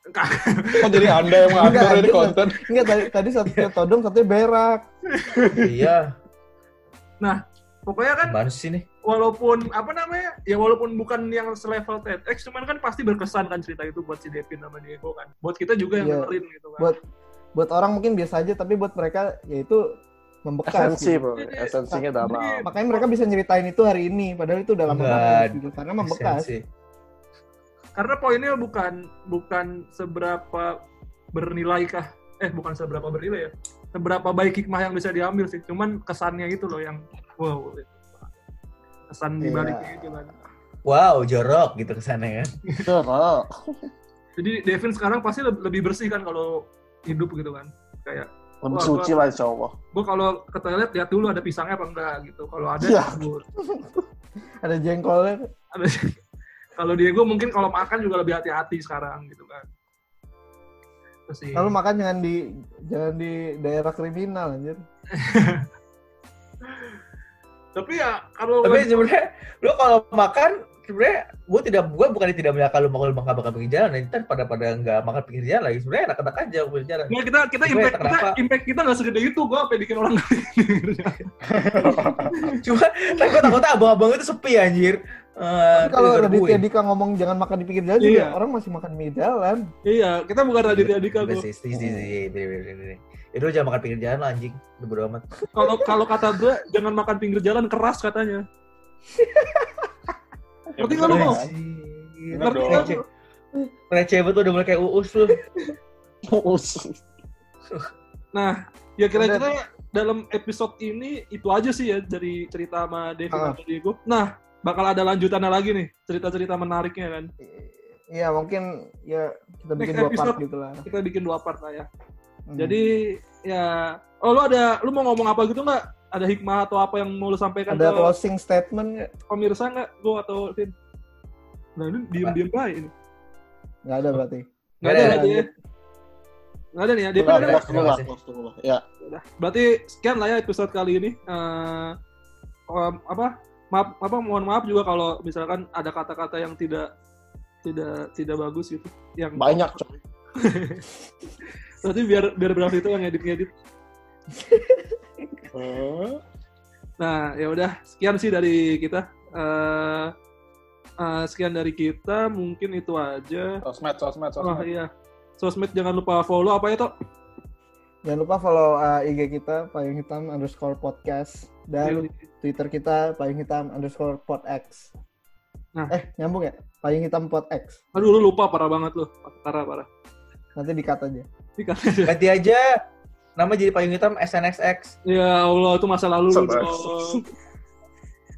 Speaker 5: Kok jadi anda yang
Speaker 3: Enggak,
Speaker 5: mengatur ini
Speaker 3: anjir.
Speaker 5: konten?
Speaker 3: Enggak tadi tadi satunya todong, satunya berak.
Speaker 4: iya
Speaker 1: pokoknya kan
Speaker 4: gimana sih nih
Speaker 1: walaupun apa namanya ya walaupun bukan yang selevel TEDx cuman kan pasti berkesan kan cerita itu buat si Devin sama Diego kan buat kita juga yang
Speaker 3: Iya.
Speaker 1: dengerin gitu kan
Speaker 3: Buat- buat orang mungkin biasa aja tapi buat mereka yaitu membekas
Speaker 2: Esensi,
Speaker 3: gitu.
Speaker 2: bro.
Speaker 5: Iya.
Speaker 2: Esensinya dalam.
Speaker 3: makanya mereka bisa nyeritain itu hari ini padahal itu udah lama
Speaker 4: Enggak.
Speaker 3: banget gitu. karena membekas
Speaker 4: Sensi.
Speaker 1: karena poinnya bukan bukan seberapa bernilai kah eh bukan seberapa bernilai ya seberapa baik hikmah yang bisa diambil sih cuman kesannya itu loh yang wow kesan
Speaker 3: Iya.
Speaker 1: dibaliknya itu kan
Speaker 4: wow jorok gitu kesana kan.
Speaker 2: Jorok.
Speaker 1: Jadi Devin sekarang pasti leb- lebih bersih kan kalau hidup gitu kan. Kayak
Speaker 2: Lebih
Speaker 1: Wah,
Speaker 2: suci lah insya Allah.
Speaker 1: gua kalau ke toilet lihat dulu ada pisangnya apa enggak gitu. Kalau ada
Speaker 2: Iya.
Speaker 1: gua-
Speaker 3: Ada jengkolnya.
Speaker 1: ada kalau Diego mungkin kalau makan juga lebih hati-hati sekarang gitu kan. Terus sih.
Speaker 3: Kalau makan jangan di jangan di daerah kriminal anjir.
Speaker 1: Tapi ya kalau
Speaker 4: Tapi sebenarnya lu kalau makan sebenarnya gue tidak gue bukan tidak menyangka lu makan makan makan pinggir jalan nanti pada pada nggak makan pinggir jalan lagi sebenarnya enak-enak aja pinggir jalan
Speaker 1: Nggak, kita kita
Speaker 4: Gue
Speaker 1: impact kita
Speaker 4: kenapa-
Speaker 1: impact kita nggak segede itu gua apa bikin orang
Speaker 4: cuma tapi gue takutnya abang-abang itu sepi anjir Eh,
Speaker 3: Tapi kalau
Speaker 4: itu
Speaker 3: Raditya
Speaker 4: digangguin.
Speaker 3: Dika ngomong jangan makan di pinggir jalan juga,
Speaker 1: Iya.
Speaker 3: orang masih makan di jalan.
Speaker 1: iya kita bukan Raditya Dika
Speaker 4: Juga
Speaker 1: gua
Speaker 4: sih, sih, sih, sih, ini, ini, ini. Itu lu jangan makan pinggir jalan lah anjing. Udah bodo amat.
Speaker 1: kalau kalau kata gua jangan makan pinggir jalan keras katanya Ngerti nggak lu,
Speaker 5: bener
Speaker 1: Mo?
Speaker 4: Iya,
Speaker 5: kan?
Speaker 4: Anjing.
Speaker 5: Bener
Speaker 1: ngerti
Speaker 5: dong.
Speaker 1: kan
Speaker 4: Receh banget udah mulai kayak uus lu.
Speaker 2: Us.
Speaker 1: ya kira-kira dalam episode ini itu aja sih ya dari cerita sama Devin
Speaker 3: Ah.
Speaker 1: sama Diego nah bakal ada lanjutannya lagi nih cerita-cerita menariknya kan
Speaker 3: Iya mungkin ya kita bikin
Speaker 1: Next
Speaker 3: dua part
Speaker 1: episode.
Speaker 3: gitu lah.
Speaker 1: kita bikin dua part lah ya
Speaker 3: Hmm.
Speaker 1: jadi ya oh lu ada lu mau ngomong apa gitu nggak ada hikmah atau apa yang mau lu sampaikan
Speaker 3: ada
Speaker 1: ke
Speaker 3: closing statement nggak?
Speaker 1: pemirsa nggak gua atau Vin nah ini diem-diem baik ini
Speaker 3: Nggak ada berarti.
Speaker 1: Nggak ada,
Speaker 4: Nggak
Speaker 1: berarti ya? Nggak ada nih ya, DP
Speaker 2: Udah,
Speaker 1: ada
Speaker 4: nggak?
Speaker 2: close dulu lah,
Speaker 4: Terima kasih.
Speaker 2: close dulu lah. Ya.
Speaker 1: nggak? Berarti sekian lah ya episode kali ini. Eh, em, apa? Maaf, apa mohon maaf juga kalau misalkan ada kata-kata yang tidak tidak tidak bagus gitu. Yang
Speaker 2: Banyak, coy.
Speaker 1: berarti biar biar berarti itu yang edit-edit.
Speaker 5: Eh.
Speaker 2: Hmm.
Speaker 1: Nah, ya udah sekian sih dari kita. Eh eh, sekian dari kita, mungkin itu aja.
Speaker 5: Sosmed, sosmed,
Speaker 1: Oh
Speaker 5: sosmed.
Speaker 1: iya. Sosmed jangan lupa follow apa ya, Tok?
Speaker 3: Jangan lupa follow uh, IG kita Payung Hitam underscore podcast
Speaker 1: Iya.
Speaker 3: dan Twitter kita Payung Hitam underscore pod X.
Speaker 1: Nah.
Speaker 3: Eh nyambung ya? Payung Hitam pod X.
Speaker 1: Aduh, lu lupa parah banget lu. Parah, parah. kan-
Speaker 3: Nanti dikat aja.
Speaker 1: Dikasih
Speaker 4: Ganti aja. Nama jadi payung hitam SNXX.
Speaker 1: Ya Allah, itu masa lalu lu.
Speaker 5: Sabar.
Speaker 1: dong.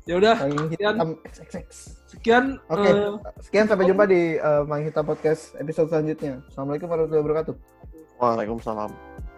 Speaker 1: Ya udah,
Speaker 3: Payung Hitam XXX.
Speaker 1: sekian.
Speaker 3: Oke,
Speaker 1: eh,
Speaker 3: sekian sampai jumpa di uh, Mang Hitam Podcast episode selanjutnya. Assalamualaikum warahmatullahi wabarakatuh.
Speaker 2: Waalaikumsalam.